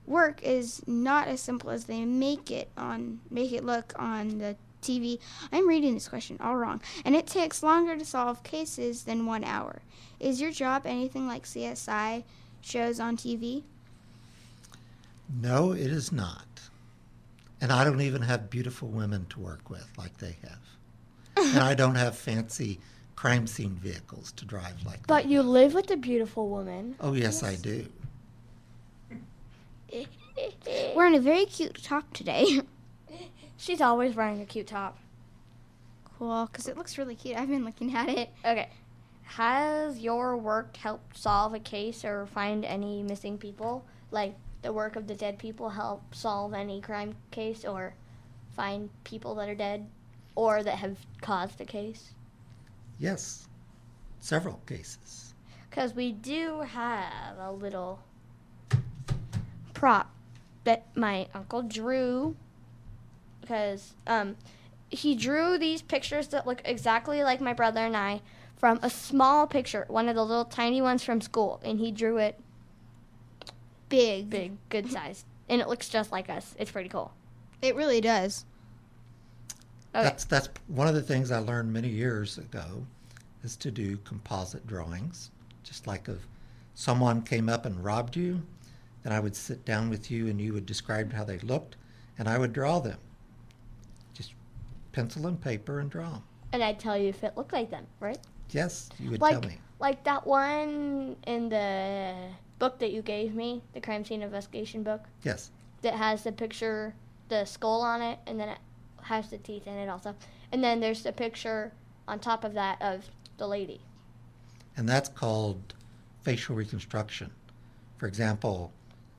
S4: work is not as simple as they make it on make it look on the TV. I'm reading this question all wrong. And it takes longer to solve cases than 1 hour. Is your job anything like CSI shows on TV?
S11: No, it is not. And I don't even have beautiful women to work with like they have. and I don't have fancy crime scene vehicles to drive like that.
S5: But you live with a beautiful woman.
S11: Oh, yes, I do.
S4: We're in a very cute top today.
S5: *laughs* She's always wearing a cute top.
S4: cool, cuz it looks really cute. I've been looking at it.
S5: Okay. Has your work helped solve a case or find any missing people? Like the work of the dead people help solve any crime case or find people that are dead or that have caused a case?
S11: Yes, several cases.
S5: Because we do have a little prop that my uncle drew. Because um, he drew these pictures that look exactly like my brother and I from a small picture, one of the little tiny ones from school. And he drew it
S4: Big.
S5: big, good size. And it looks just like us. It's pretty cool.
S4: It really does.
S5: Okay.
S11: That's, that's one of the things I learned many years ago is to do composite drawings. Just like if someone came up and robbed you, then I would sit down with you and you would describe how they looked, and I would draw them. Just pencil and paper and draw 'em.
S5: And I'd tell you if it looked like them, right?
S11: Yes, you would
S5: like
S11: tell me.
S5: like that one in the book that you gave me, the crime scene investigation book.
S11: Yes.
S5: that has the picture, the skull on it, and then it has the teeth in it also. And then there's the picture on top of that of the lady.
S11: And that's called facial reconstruction. For example,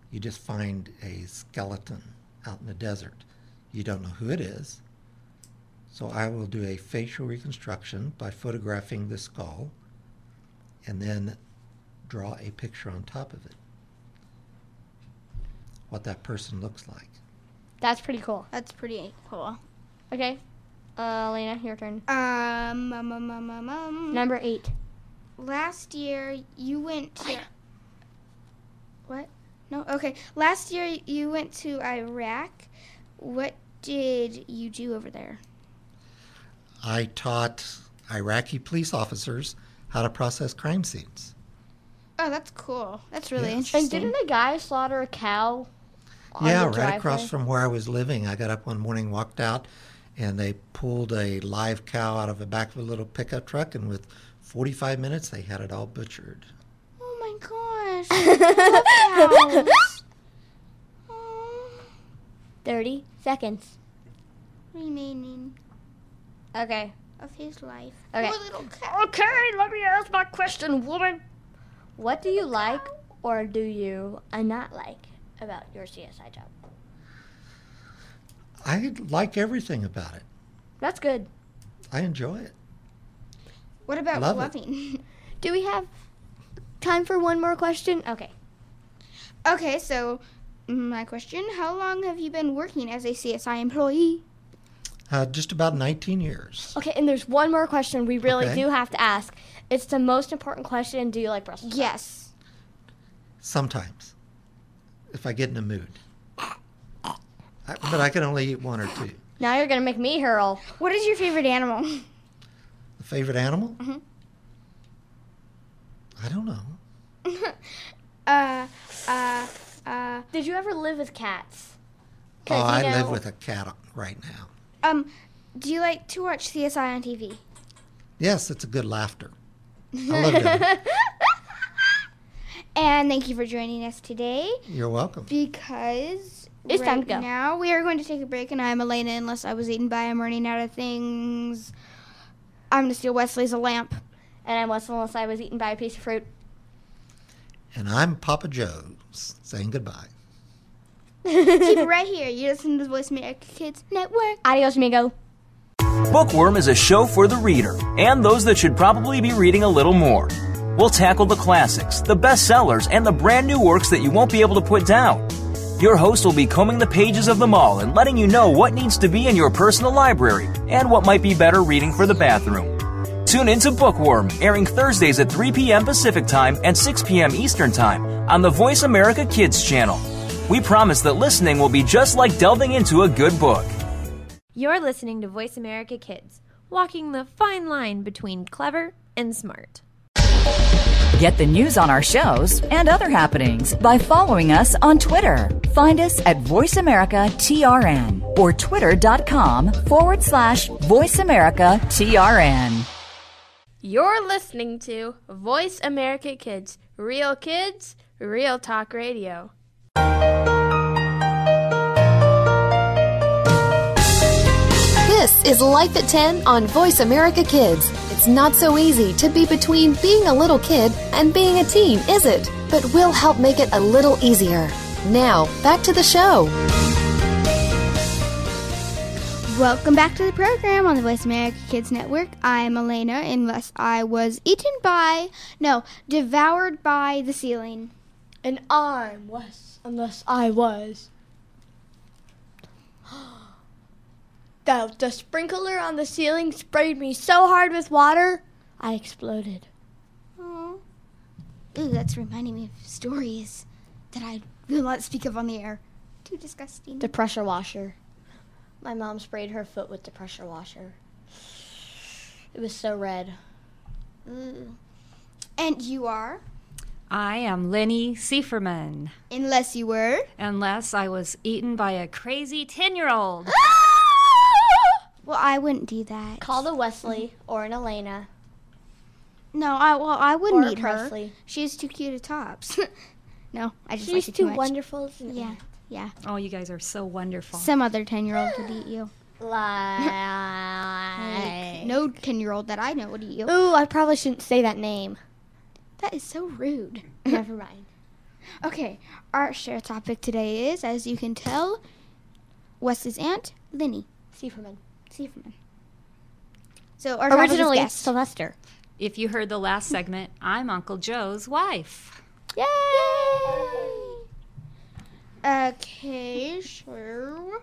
S11: you just find a skeleton out in the desert. You don't know who it is. So I will do a facial reconstruction by photographing the skull and then draw a picture on top of it. What that person looks like.
S5: That's pretty cool.
S4: That's pretty cool.
S5: Okay. Uh, Elena, your turn.
S4: Um, um, um, um, um, um.
S5: Number eight.
S4: Last year you went to. What? No. Okay. Last year you went to Iraq. What did you do over there?
S11: I taught Iraqi police officers how to process crime scenes.
S4: Oh, that's cool. That's really
S11: Yes.
S5: And
S4: interesting.
S5: didn't a guy slaughter a cow? on
S11: yeah,
S5: the
S11: right across
S5: driveway? *laughs*
S11: from where I was living. I got up one morning, walked out, and they pulled a live cow out of the back of a little pickup truck, and with 45 minutes, they had it all butchered.
S4: Oh my gosh.
S5: *laughs*
S4: I love cows.
S5: 30 seconds.
S4: Remaining
S5: Okay.
S4: of his life.
S5: Okay.
S4: Poor little cow.
S5: Okay, let me ask my question, woman. What do you like or do you uh, not like about your CSI job?
S11: I like everything about it.
S5: That's good.
S11: I enjoy it.
S4: What about
S11: Love it.
S4: *laughs* loving?
S5: Do we have time for one more question? Okay.
S4: okay, so mm, my question: How long have you been working as a CSI employee?
S11: Uh, just about 19 years.
S5: Okay, and there's one more question we really
S11: Okay.
S5: do have to ask. It's the most important question. Do you like Brussels? sprouts?
S4: Yes.
S11: Sometimes, if I get in a mood. I, but I can only eat one or two.
S5: Now you're gonna make me hurl.
S4: What is your favorite animal? *laughs*
S11: The favorite animal?
S5: Mm-hmm.
S4: Mhm.
S11: I don't know.
S4: Uh, uh, uh.
S5: Did you ever live with cats?
S11: Oh,
S5: 'Cause,
S11: I
S5: you
S11: live
S5: know-
S11: with a cat right now.
S4: Um, do you like to watch CSI on TV?
S11: Yes, it's a good laughter.
S5: *laughs*
S11: I love doing it.
S4: *laughs* And thank you for joining us today
S11: You're welcome.
S4: because
S5: It's
S4: right
S5: time to go.
S4: now we are going to take a break. And I'm Elena. Unless I was eaten by, I'm running out of things. I'm gonna steal Wesley's lamp.
S5: And I was unless I was eaten by a piece of fruit.
S11: And I'm Papa Joe's saying goodbye.
S4: Keep
S5: *laughs*
S4: it right here. You listen to the Voice America Kids Network.
S5: Adios, amigo.
S1: Bookworm is a show for the reader and those that should probably be reading a little more. We'll tackle the classics, the bestsellers, and the brand new works that you won't be able to put down. Your host will be combing the pages of them all and letting you know what needs to be in your personal library and what might be better reading for the bathroom. Tune into Bookworm, airing Thursdays at 3 p.m. Pacific Time and 6 p.m. Eastern Time on the Voice America Kids channel. We promise that listening will be just like delving into a good book.
S8: You're listening to Voice America Kids, walking the fine line between clever and smart.
S7: Get the news on our shows and other happenings by following us on Twitter. Find us at VoiceAmericaTRN or twitter.com forward slash VoiceAmericaTRN.
S9: You're listening to Voice America Kids, real kids, real talk radio.
S3: This is Life at 10 on Voice America Kids. It's not so easy to be between being a little kid and being a teen, is it? But we'll help make it a little easier. Now, back to the show.
S4: Welcome back to the program on the Voice America Kids Network. I'm Elena, unless I was eaten by, no, devoured by the ceiling.
S5: And I was unless I was. *gasps* The, the sprinkler on the ceiling sprayed me so hard with water, I exploded.
S4: Aww. Ooh, that's reminding me of stories that I will not speak of on the air. Too disgusting.
S5: The pressure washer. My mom sprayed her foot with the pressure washer. It was so red.
S4: Ooh. And you are,
S12: I am Lenny Seiferman,
S4: unless you were.
S12: unless I was eaten by a crazy 10
S4: *gasps*
S12: year old.
S4: Well, I wouldn't do that.
S5: Call the Wesley
S4: Mm-hmm.
S5: or an Elena.
S4: No, I well, I wouldn't
S5: Or
S4: eat her.
S5: Presley.
S4: She's too cute at tops. *laughs* no, I just
S5: She's
S4: like it
S5: too
S4: much.
S5: wonderful. Isn't
S4: Yeah, yeah.
S12: Oh, you guys are so wonderful.
S4: Some other ten-year-old could eat
S5: *gasps*
S4: you.
S5: Like.
S4: No ten-year-old that I know would eat you.
S5: Ooh, I probably shouldn't say that name.
S4: That is so rude.
S5: *laughs*
S4: *laughs*
S5: Never mind.
S4: Okay, our share topic today is, as you can tell, Wes's aunt, Linny
S5: Seiferman.
S4: Seiferman. So our travelers
S5: Originally, it's
S4: guest.
S5: Sylvester.
S12: If you heard the last segment, I'm Uncle Joe's wife.
S4: Yay! Okay, sure.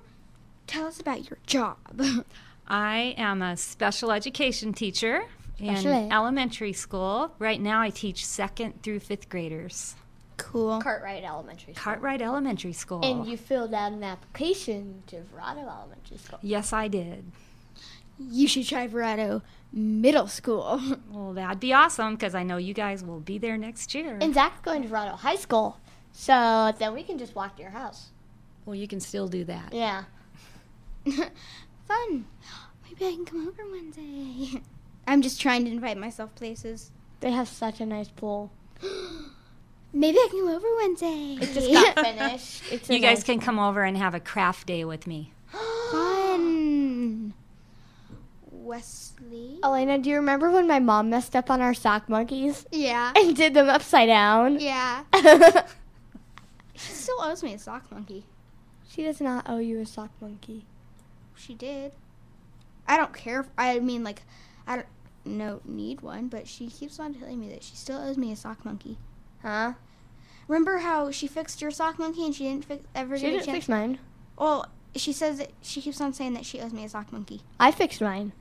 S4: Tell us about your job. *laughs*
S12: I am a special education teacher
S4: Special
S12: in
S4: ed.
S12: elementary school. Right now, I teach second through fifth graders.
S4: Cool.
S5: Cartwright Elementary School.
S12: Cartwright Elementary School.
S5: And you filled out an application to Verano Elementary School.
S12: Yes, I did.
S4: You should try Verado Middle
S5: *laughs*
S4: School.
S12: Well, that'd be awesome because I know you guys will be there next year.
S5: And Zach's going to Verano High School, so then we can just walk to your house.
S12: Well, you can still do that.
S5: Yeah.
S4: Fun. *gasps* Maybe I can come over one day. *laughs* I'm just trying to invite myself places.
S5: They have such a nice pool.
S4: *gasps* Maybe I can come over one day.
S5: It just
S4: *laughs*
S5: got finished. It's a
S12: you guys
S5: nice
S12: can come over and have a craft day with me.
S4: Fun. Wesley.
S5: Elena, do you remember when my mom messed up on our sock monkeys
S4: Yeah.
S5: and did them upside down? *laughs*
S4: Yeah. She still owes me a sock monkey.
S5: she does not owe you a sock monkey.
S4: She did. I don't care. If, I mean, like, I don't no need one, but she keeps on telling me that she still owes me a sock monkey.
S5: Huh?
S4: Remember how she fixed your sock monkey and she didn't fix ever
S5: She
S4: get a
S5: didn't
S4: chance-
S5: fix mine.
S4: Well, she says that she keeps on saying that she owes me a sock monkey.
S5: I fixed mine.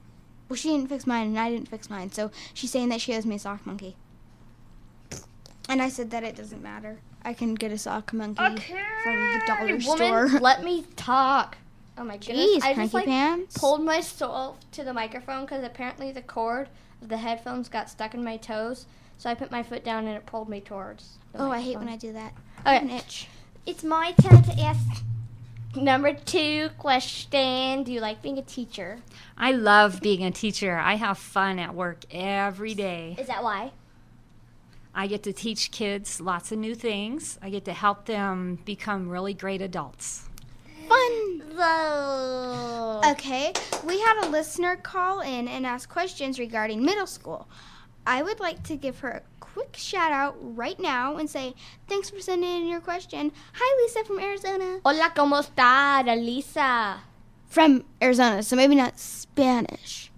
S4: Well, she didn't fix mine, and I didn't fix mine, so she's saying that she owes me a sock monkey. And I said that it doesn't matter. I can get a sock monkey from the dollar
S5: woman,
S4: store. *laughs*
S5: let me talk. Oh my goodness!
S4: Jeez,
S5: I just
S4: Cranky
S5: like
S4: Pants.
S5: pulled myself to the microphone because apparently the cord of the headphones got stuck in my toes. So I put my foot down and it pulled me towards.
S4: oh, I hate when I do that. I
S5: Okay.
S4: have an itch.
S5: It's my turn to ask number two question. Do you like being a teacher?
S12: I love being a teacher. I have fun at work every day.
S5: Is that why?
S12: I get to teach kids lots of new things. I get to help them become really great adults.
S4: Fun.
S5: Whoa.
S4: Okay, we had a listener call in and ask questions regarding middle school. I would like to give her a quick shout out right now and say thanks for sending in your question. Hi, Lisa from Arizona.
S5: Hola, ¿cómo está, Lisa?
S4: From Arizona, so maybe not Spanish.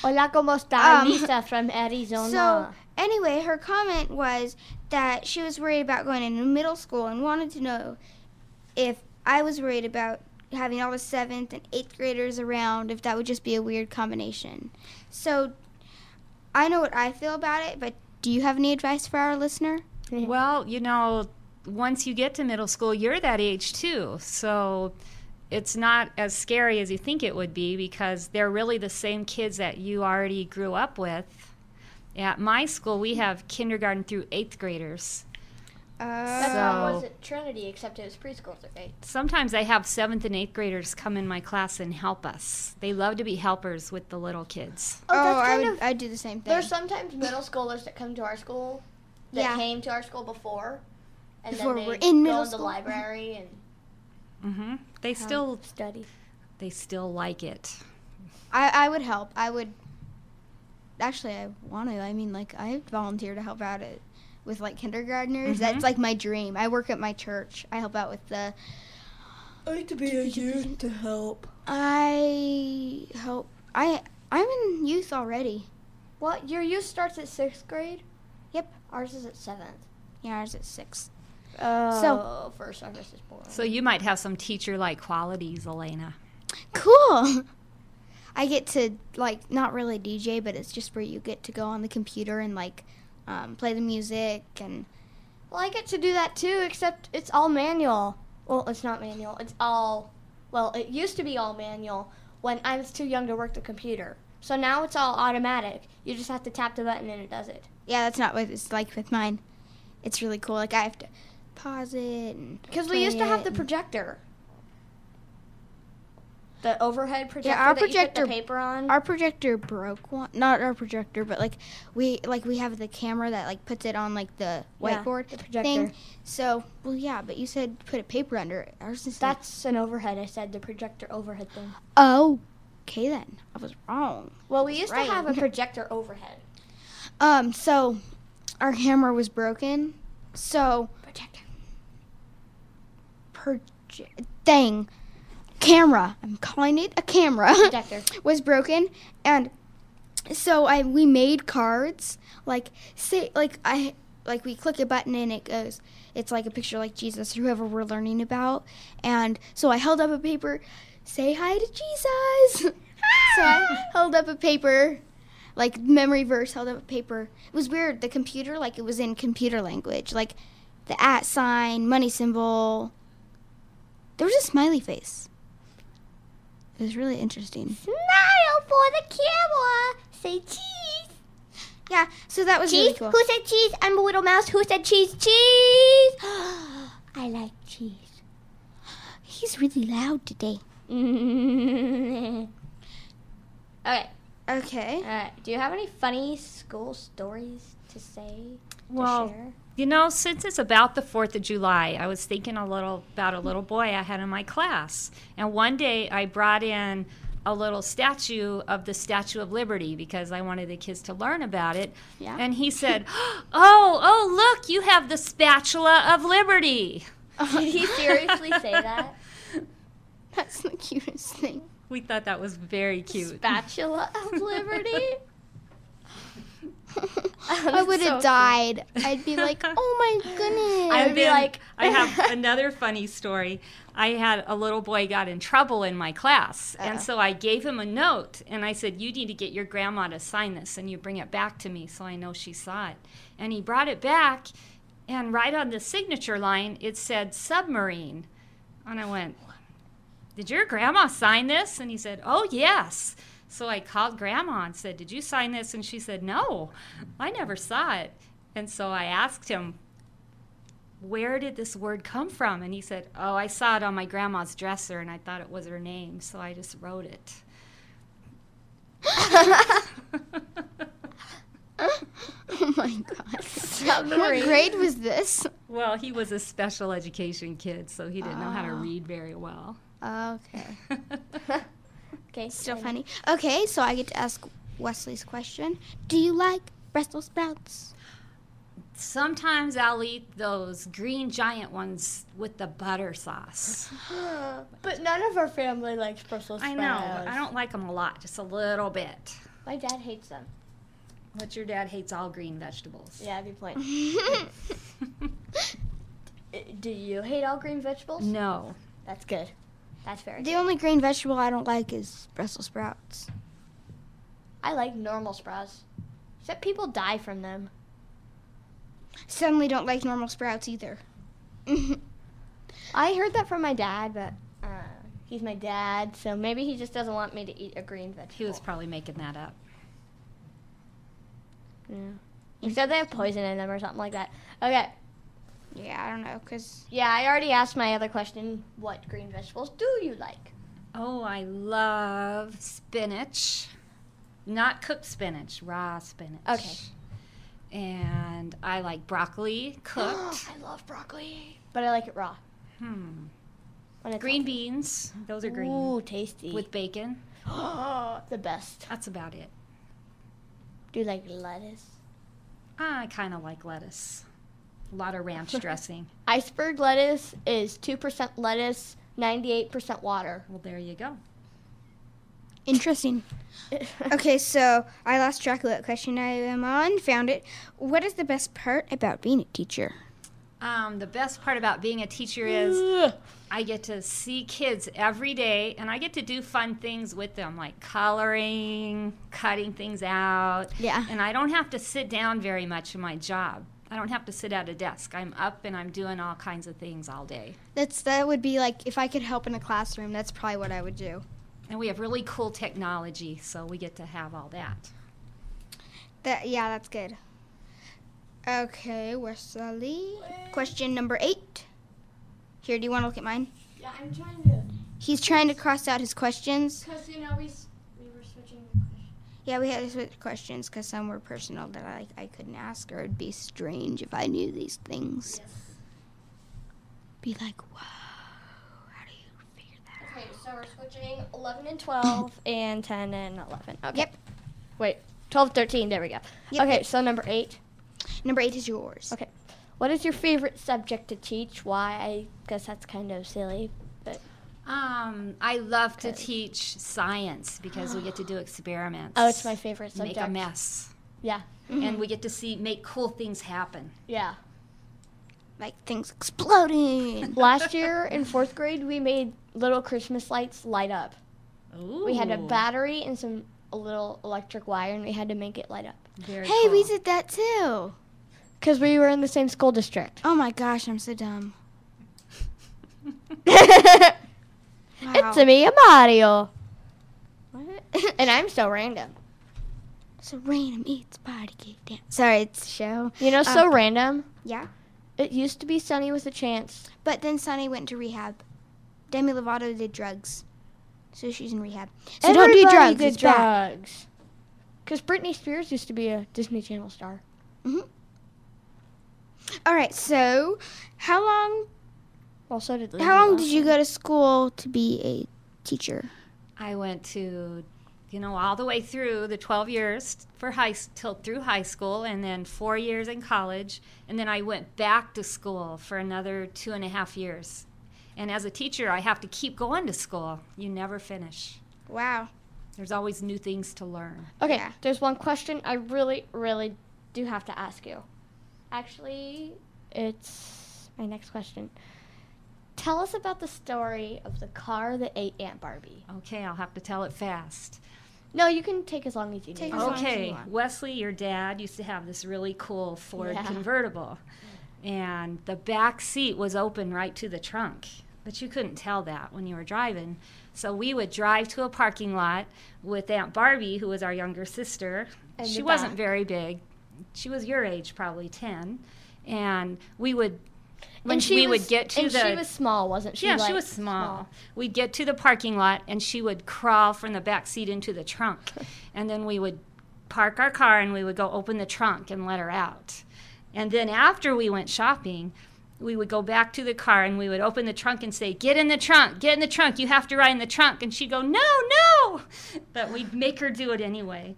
S5: Hola, ¿cómo está,
S4: Um,
S5: Lisa from Arizona?
S4: So, anyway, her comment was that she was worried about going into middle school and wanted to know if I was worried about having all the seventh and eighth graders around, if that would just be a weird combination. So, I know what I feel about it, but do you have any advice for our listener?
S12: Well, you know, once you get to middle school, you're that age too. So it's not as scary as you think it would be because they're really the same kids that you already grew up with. At my school, we have kindergarten through eighth graders.
S5: That's
S4: uh,
S5: how it was
S12: So-
S5: at Trinity, except it was preschool through eight.
S12: Sometimes I have seventh and eighth graders come in my class and help us. They love to be helpers with the little kids.
S5: Oh, that's
S4: I
S5: kind
S4: would,
S5: of-
S4: I'd do the same thing.
S5: There's sometimes middle schoolers that come to our school that
S4: Yeah.
S5: came to our school before, and
S4: Before
S5: then they
S4: we're in
S5: go
S4: middle
S5: to the
S4: school.
S5: *laughs* library and
S12: hmm They still
S5: study.
S12: they still like it.
S4: I, I would help. I would. Actually, I want to. I mean, like, I volunteer to help out at, with, like, kindergartners.
S5: Mm-hmm.
S4: That's, like, my dream. I work at my church. I help out with the.
S5: I like to be a youth to help.
S4: I help. I. I'm in youth already.
S5: What? Your youth starts at sixth grade.
S4: Yep.
S5: Ours is at seventh.
S4: Yeah, I was at six.
S5: Oh,
S4: So-
S5: first service is boring.
S12: So you might have some teacher-like qualities, Elena.
S4: Cool. I get to like not really DJ, but it's just where you get to go on the computer and like um, play the music and
S5: well, I get to do that too, except it's all manual. Well, it's not manual. It's all. Well, it used to be all manual when I was too young to work the computer. So now it's all automatic. You just have to tap the button and it does it.
S4: yeah, that's not what it's like with mine. It's really cool. Like I have to pause it and
S5: Because we
S4: play
S5: used to have
S4: it
S5: the
S4: and-
S5: projector. The overhead projector.
S4: our
S5: that you put
S4: projector-
S5: the paper on.
S4: our projector broke one not our projector but like we like we have the camera that like puts it on like the
S5: Yeah,
S4: whiteboard
S5: the projector.
S4: thing so well yeah but you said put a paper under it ours is like-
S5: That's an overhead. I said the projector overhead thing.
S4: oh okay then i was wrong
S5: Well, we used
S4: Right.
S5: to
S4: *laughs*
S5: have a projector overhead.
S4: um so our camera was broken so
S5: Projector.
S4: proje- thing camera i'm calling it a camera
S5: Projector.
S4: was broken and so I we made cards like say like I like we click a button and it goes it's like a picture like Jesus or whoever we're learning about and so I held up a paper say hi to Jesus *laughs* so I held up a paper like memory verse held up a paper it was weird the computer like it was in computer language like the at sign money symbol there was a smiley face it was really interesting
S13: Smile for the camera. Say cheese.
S4: Yeah, so that was
S13: cheese.
S4: really cool.
S13: Who said cheese? I'm a little mouse. Who said cheese?
S5: *gasps*
S13: Cheese. I like cheese.
S4: He's really loud today.
S5: *laughs* okay.
S4: Okay.
S5: Uh, do you have any funny school stories to say?
S12: Well, you know, since it's about the 4th of July, I was thinking a little about a little boy I had in my class. And one day I brought in a little statue of the Statue of Liberty because I wanted the kids to learn about it.
S4: Yeah.
S12: And he said, *gasps* "Oh, oh, look, you have the spatula
S4: *laughs*
S12: of liberty."
S5: Did he
S12: *laughs*
S5: seriously say that?
S4: That's the cutest thing.
S12: We thought that was very cute.
S5: Spatula of *laughs* liberty?
S4: I would have died. I'd be *laughs* like, oh my goodness.
S12: And then I have another funny story. I had a little boy got in trouble in my class, and
S4: Uh-oh.
S12: so I gave him a note, and I said, "You need to get your grandma to sign this, and you bring it back to me, so I know she saw it." And he brought it back, and right on the signature line, it said submarine, and I went, "Did your grandma sign this?" And he said, "Oh yes." So I called grandma and said, "Did you sign this?" And she said, "No, I never saw it." And so I asked him, where did this word come from? And he said, Oh, I saw it on my grandma's dresser and I thought it was her name, so I just
S4: *laughs*
S12: wrote it.
S4: oh my god.
S12: Submarine.
S4: What grade was this?
S12: Well, he was a special education kid, so he didn't know how to
S4: Ah.
S12: read very well.
S4: *laughs* Okay.
S5: okay.
S4: Still funny. Okay, so I get to ask Wesley's question. Do you like Brussels sprouts?
S12: Sometimes I'll eat those green giant ones with the butter sauce.
S5: but none of our family likes Brussels
S12: I
S5: sprouts.
S12: know, but I don't like them a lot, just a little bit.
S5: My dad hates them.
S12: But your dad hates all green vegetables.
S5: Yeah, good point. *laughs* Uh, Do you hate all green vegetables?
S12: No.
S5: That's good. That's very
S4: The
S5: good.
S4: only green vegetable I don't like is Brussels sprouts.
S5: I like normal sprouts. Except people die from them.
S4: Suddenly don't like normal sprouts either. *laughs*
S5: I heard that from my dad, but uh, he's my dad, so maybe he just doesn't want me to eat a green vegetable.
S12: He was probably making that up.
S5: Yeah. He said they have poison in them or something like that. Okay.
S4: Yeah, I don't know, Oh, cause
S5: Yeah, I already asked my other question. What green vegetables do you like?
S12: *laughs* Oh, I love spinach. Not cooked spinach, raw spinach.
S5: Okay.
S12: And I like broccoli cooked.
S5: *gasps* I love broccoli, but I like it raw.
S12: hmm.
S5: When it's
S12: Green beans. Those are green.
S5: Ooh, tasty.
S12: With bacon.
S5: *gasps* the best.
S12: That's about it.
S5: Do you like lettuce?
S12: I kind of like lettuce. A lot
S5: *laughs*
S12: of ranch dressing.
S5: Iceberg lettuce is 2% lettuce, 98% water.
S12: Well, there you go.
S4: *laughs* Interesting. okay, so I lost track of what question I am on. Found it. What is the best part about being a teacher?
S12: Um, the best part about being a teacher is I get to see kids every day and I get to do fun things with them, like coloring, cutting things out.
S4: Yeah.
S12: And I don't have to sit down very much in my job. I don't have to sit at a desk. I'm up and I'm doing all kinds of things all day.
S4: That's that would be like if I could help in a classroom. That's probably what I would do.
S12: And we have really cool technology, so we get to have all that.
S4: That yeah, that's good. Okay, Wesley. Question number eight. Here, do you want to look at mine?
S13: Yeah, I'm trying to.
S4: He's trying to cross out his questions.
S13: Because, you know, we, s- we were switching the question.
S4: Yeah, we had to switch questions because some were personal that I I couldn't ask, or it'd be strange if I knew these things. Be like, whoa.
S5: Okay, so we're switching 11 and *laughs* 12 and 10 and 11. Okay. Yep. Wait, 12, 13. There we go. okay, so number eight.
S4: Number eight is yours.
S5: Okay. What is your favorite subject to teach? Why? I guess that's kind of silly, but
S12: Um, I love to teach science because we get to do experiments.
S5: Oh, Mm-hmm. it's my favorite subject.
S12: Make a mess.
S5: Yeah.
S12: And we get to see make cool things happen.
S5: Yeah.
S4: Like things exploding.
S5: *laughs* Last year in fourth grade, we made little Christmas lights light up. We had a
S4: Ooh.
S5: battery and some a little electric wire, and we had to make it light up.
S4: hey, we did that too.
S5: Because we were in the same school district.
S4: Oh my gosh, I'm so dumb.
S5: *laughs* It's me, a Mario. *laughs* and I'm so random.
S4: So random eats body cake dance. Sorry, it's a show.
S5: You know, so
S4: Um,
S5: random.
S4: Yeah.
S5: It used to be Sunny with a Chance.
S4: But then Sunny went to rehab. Demi Lovato did drugs. So she's in rehab. So don't do
S5: Everybody
S4: drugs.
S5: did
S4: it's bad.
S5: drugs. Because Britney Spears used to be a Disney Channel star.
S4: Mm-hmm. All right, so how long
S5: Well, so did.
S4: how long did you go to school to be a teacher?
S12: I went to, you know, all the way through the 12 years for high s- till through high school, and then four years in college, and then I went back to school for another two and a half years. And as a teacher, I have to keep going to school. You never finish.
S4: Wow.
S12: There's always new things to learn.
S5: Okay, there's one question I really, really do have to ask you. Actually, it's my next question. Tell us about the story of the car that ate Aunt Barbie.
S12: Okay, I'll have to tell it fast.
S5: No, you can take as long as you need.
S12: okay, Wesley, your dad used to have this really cool Ford
S5: Yeah.
S12: convertible, and the back seat was open right to the trunk. But you couldn't tell that when you were driving. So we would drive to a parking lot with Aunt Barbie, who was our younger sister.
S5: In the
S12: she wasn't
S5: back.
S12: very big. She was your age, probably 10. And we would, when
S5: And she
S12: we
S5: was-
S12: would get to
S5: and
S12: the.
S5: she was small, wasn't she?
S12: Yeah, she
S5: Like,
S12: was small. We'd get to the parking lot, and she would crawl from the back seat into
S5: *laughs*
S12: the trunk, and then we would park our car, and we would go open the trunk and let her out. And then after we went shopping, we would go back to the car, and we would open the trunk and say, "Get in the trunk! Get in the trunk! You have to ride in the trunk!" And she'd go, "No, no!" *laughs* But we'd make her do it anyway.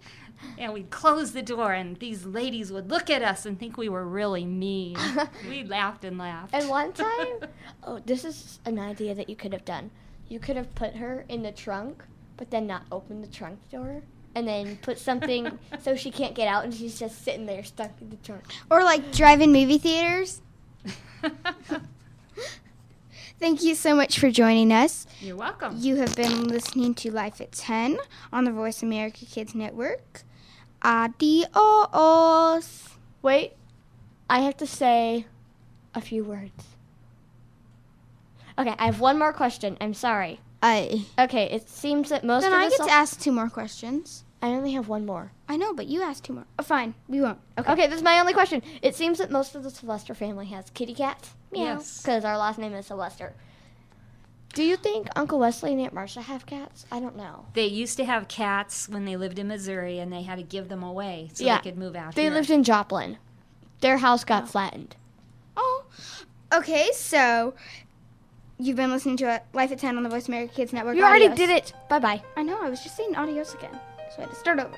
S12: And we'd close the door, and these ladies would look at us and think we were
S5: *laughs*
S12: really mean. we laughed and laughed.
S5: And one time, oh, this is an idea that you could have done. You could have put her in the trunk, but then not open the trunk door, and then put something so she can't get out, and she's just sitting there stuck in the trunk.
S4: Or like drive-in movie theaters? Thank you so much for joining us.
S12: You're welcome.
S4: You have been listening to Life at 10 on the Voice America Kids Network. Adios.
S5: Wait, I have to say a few words. Okay, I have one more question. I'm sorry.
S4: I.
S5: Okay, it seems that most
S4: then
S5: of
S4: I
S5: us
S4: get
S5: al-
S4: to ask two more questions.
S5: I only have one more.
S4: I know, but you asked two more. Oh, fine, we won't.
S5: Okay. this is my only question. It seems that most of the Sylvester family has kitty cats. Meow.
S4: Yes.
S5: Because our last name is Sylvester. Do you think Uncle Wesley and Aunt Marcia have cats? I don't know.
S12: They used to have cats when they lived in Missouri, and they had to give them away so
S5: Yeah.
S12: they could move out.
S5: They
S12: here. Oh.
S5: lived in Joplin. Their house got flattened.
S4: Oh, Okay, so you've been listening to uh, Life at 10 on the Voice America Kids Network.
S5: You already
S4: Adios.
S5: did it. Bye bye.
S4: I know, I was just saying adios again. So I had to start over.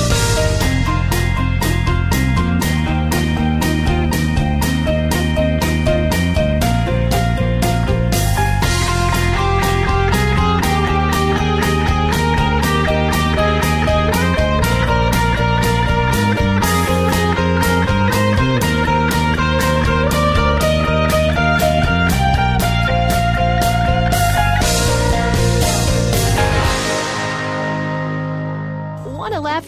S3: Want to laugh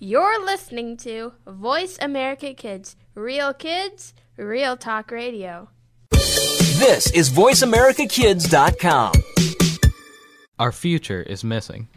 S9: You're listening to Voice America Kids, real kids, real talk radio.
S1: This is VoiceAmericaKids.com.
S2: Our future is missing.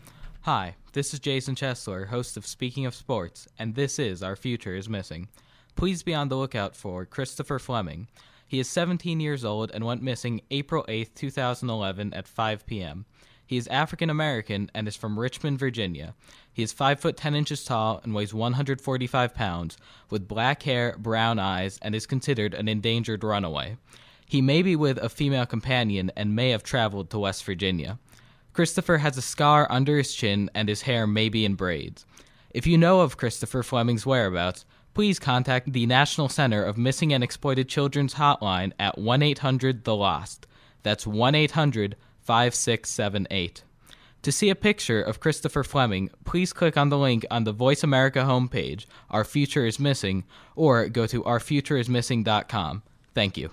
S2: Hi, this is Jason Chesler, host of Speaking of Sports, and this is Our Future is Missing. Please be on the lookout for Christopher Fleming. He is 17 years old and went missing April 8, 2011 at 5 p.m. He is African American and is from Richmond, Virginia. He is 5 foot 10 inches tall and weighs 145 pounds, with black hair, brown eyes, and is considered an endangered runaway. He may be with a female companion and may have traveled to West Virginia. Christopher has a scar under his chin and his hair may be in braids. If you know of Christopher Fleming's whereabouts, please contact the National Center of Missing and Exploited Children's hotline at 1 800 The Lost. That's 1 800 5678. To see a picture of Christopher Fleming, please click on the link on the Voice America homepage, Our Future is Missing, or go to ourfutureismissing.com. Thank you.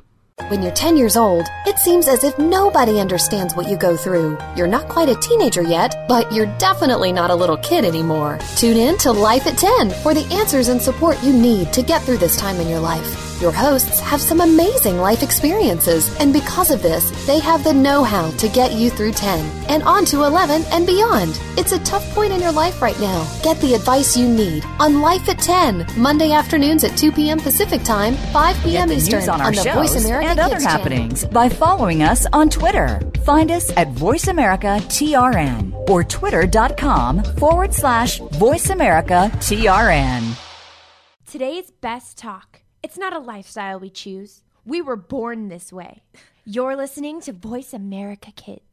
S3: When you're 10 years old, it seems as if nobody understands what you go through. You're not quite a teenager yet, but you're definitely not a little kid anymore. Tune in to Life at 10 for the answers and support you need to get through this time in your life. Your hosts have some amazing life experiences, and because of this, they have the know how to get you through 10 and on to 11 and beyond. It's a tough point in your life right now. Get the advice you need on Life at 10, Monday afternoons at 2 p.m. Pacific Time, 5 p.m.
S7: the
S3: Eastern
S7: news on our
S3: the Voice
S7: shows
S3: America
S7: and other
S3: Kids channel.
S7: happenings by following us on Twitter. Find us at VoiceAmericaTRN or twitter.com forward slash VoiceAmericaTRN.
S8: Today's best talk. It's not a lifestyle we choose. We were born this way. You're listening to Voice America Kids.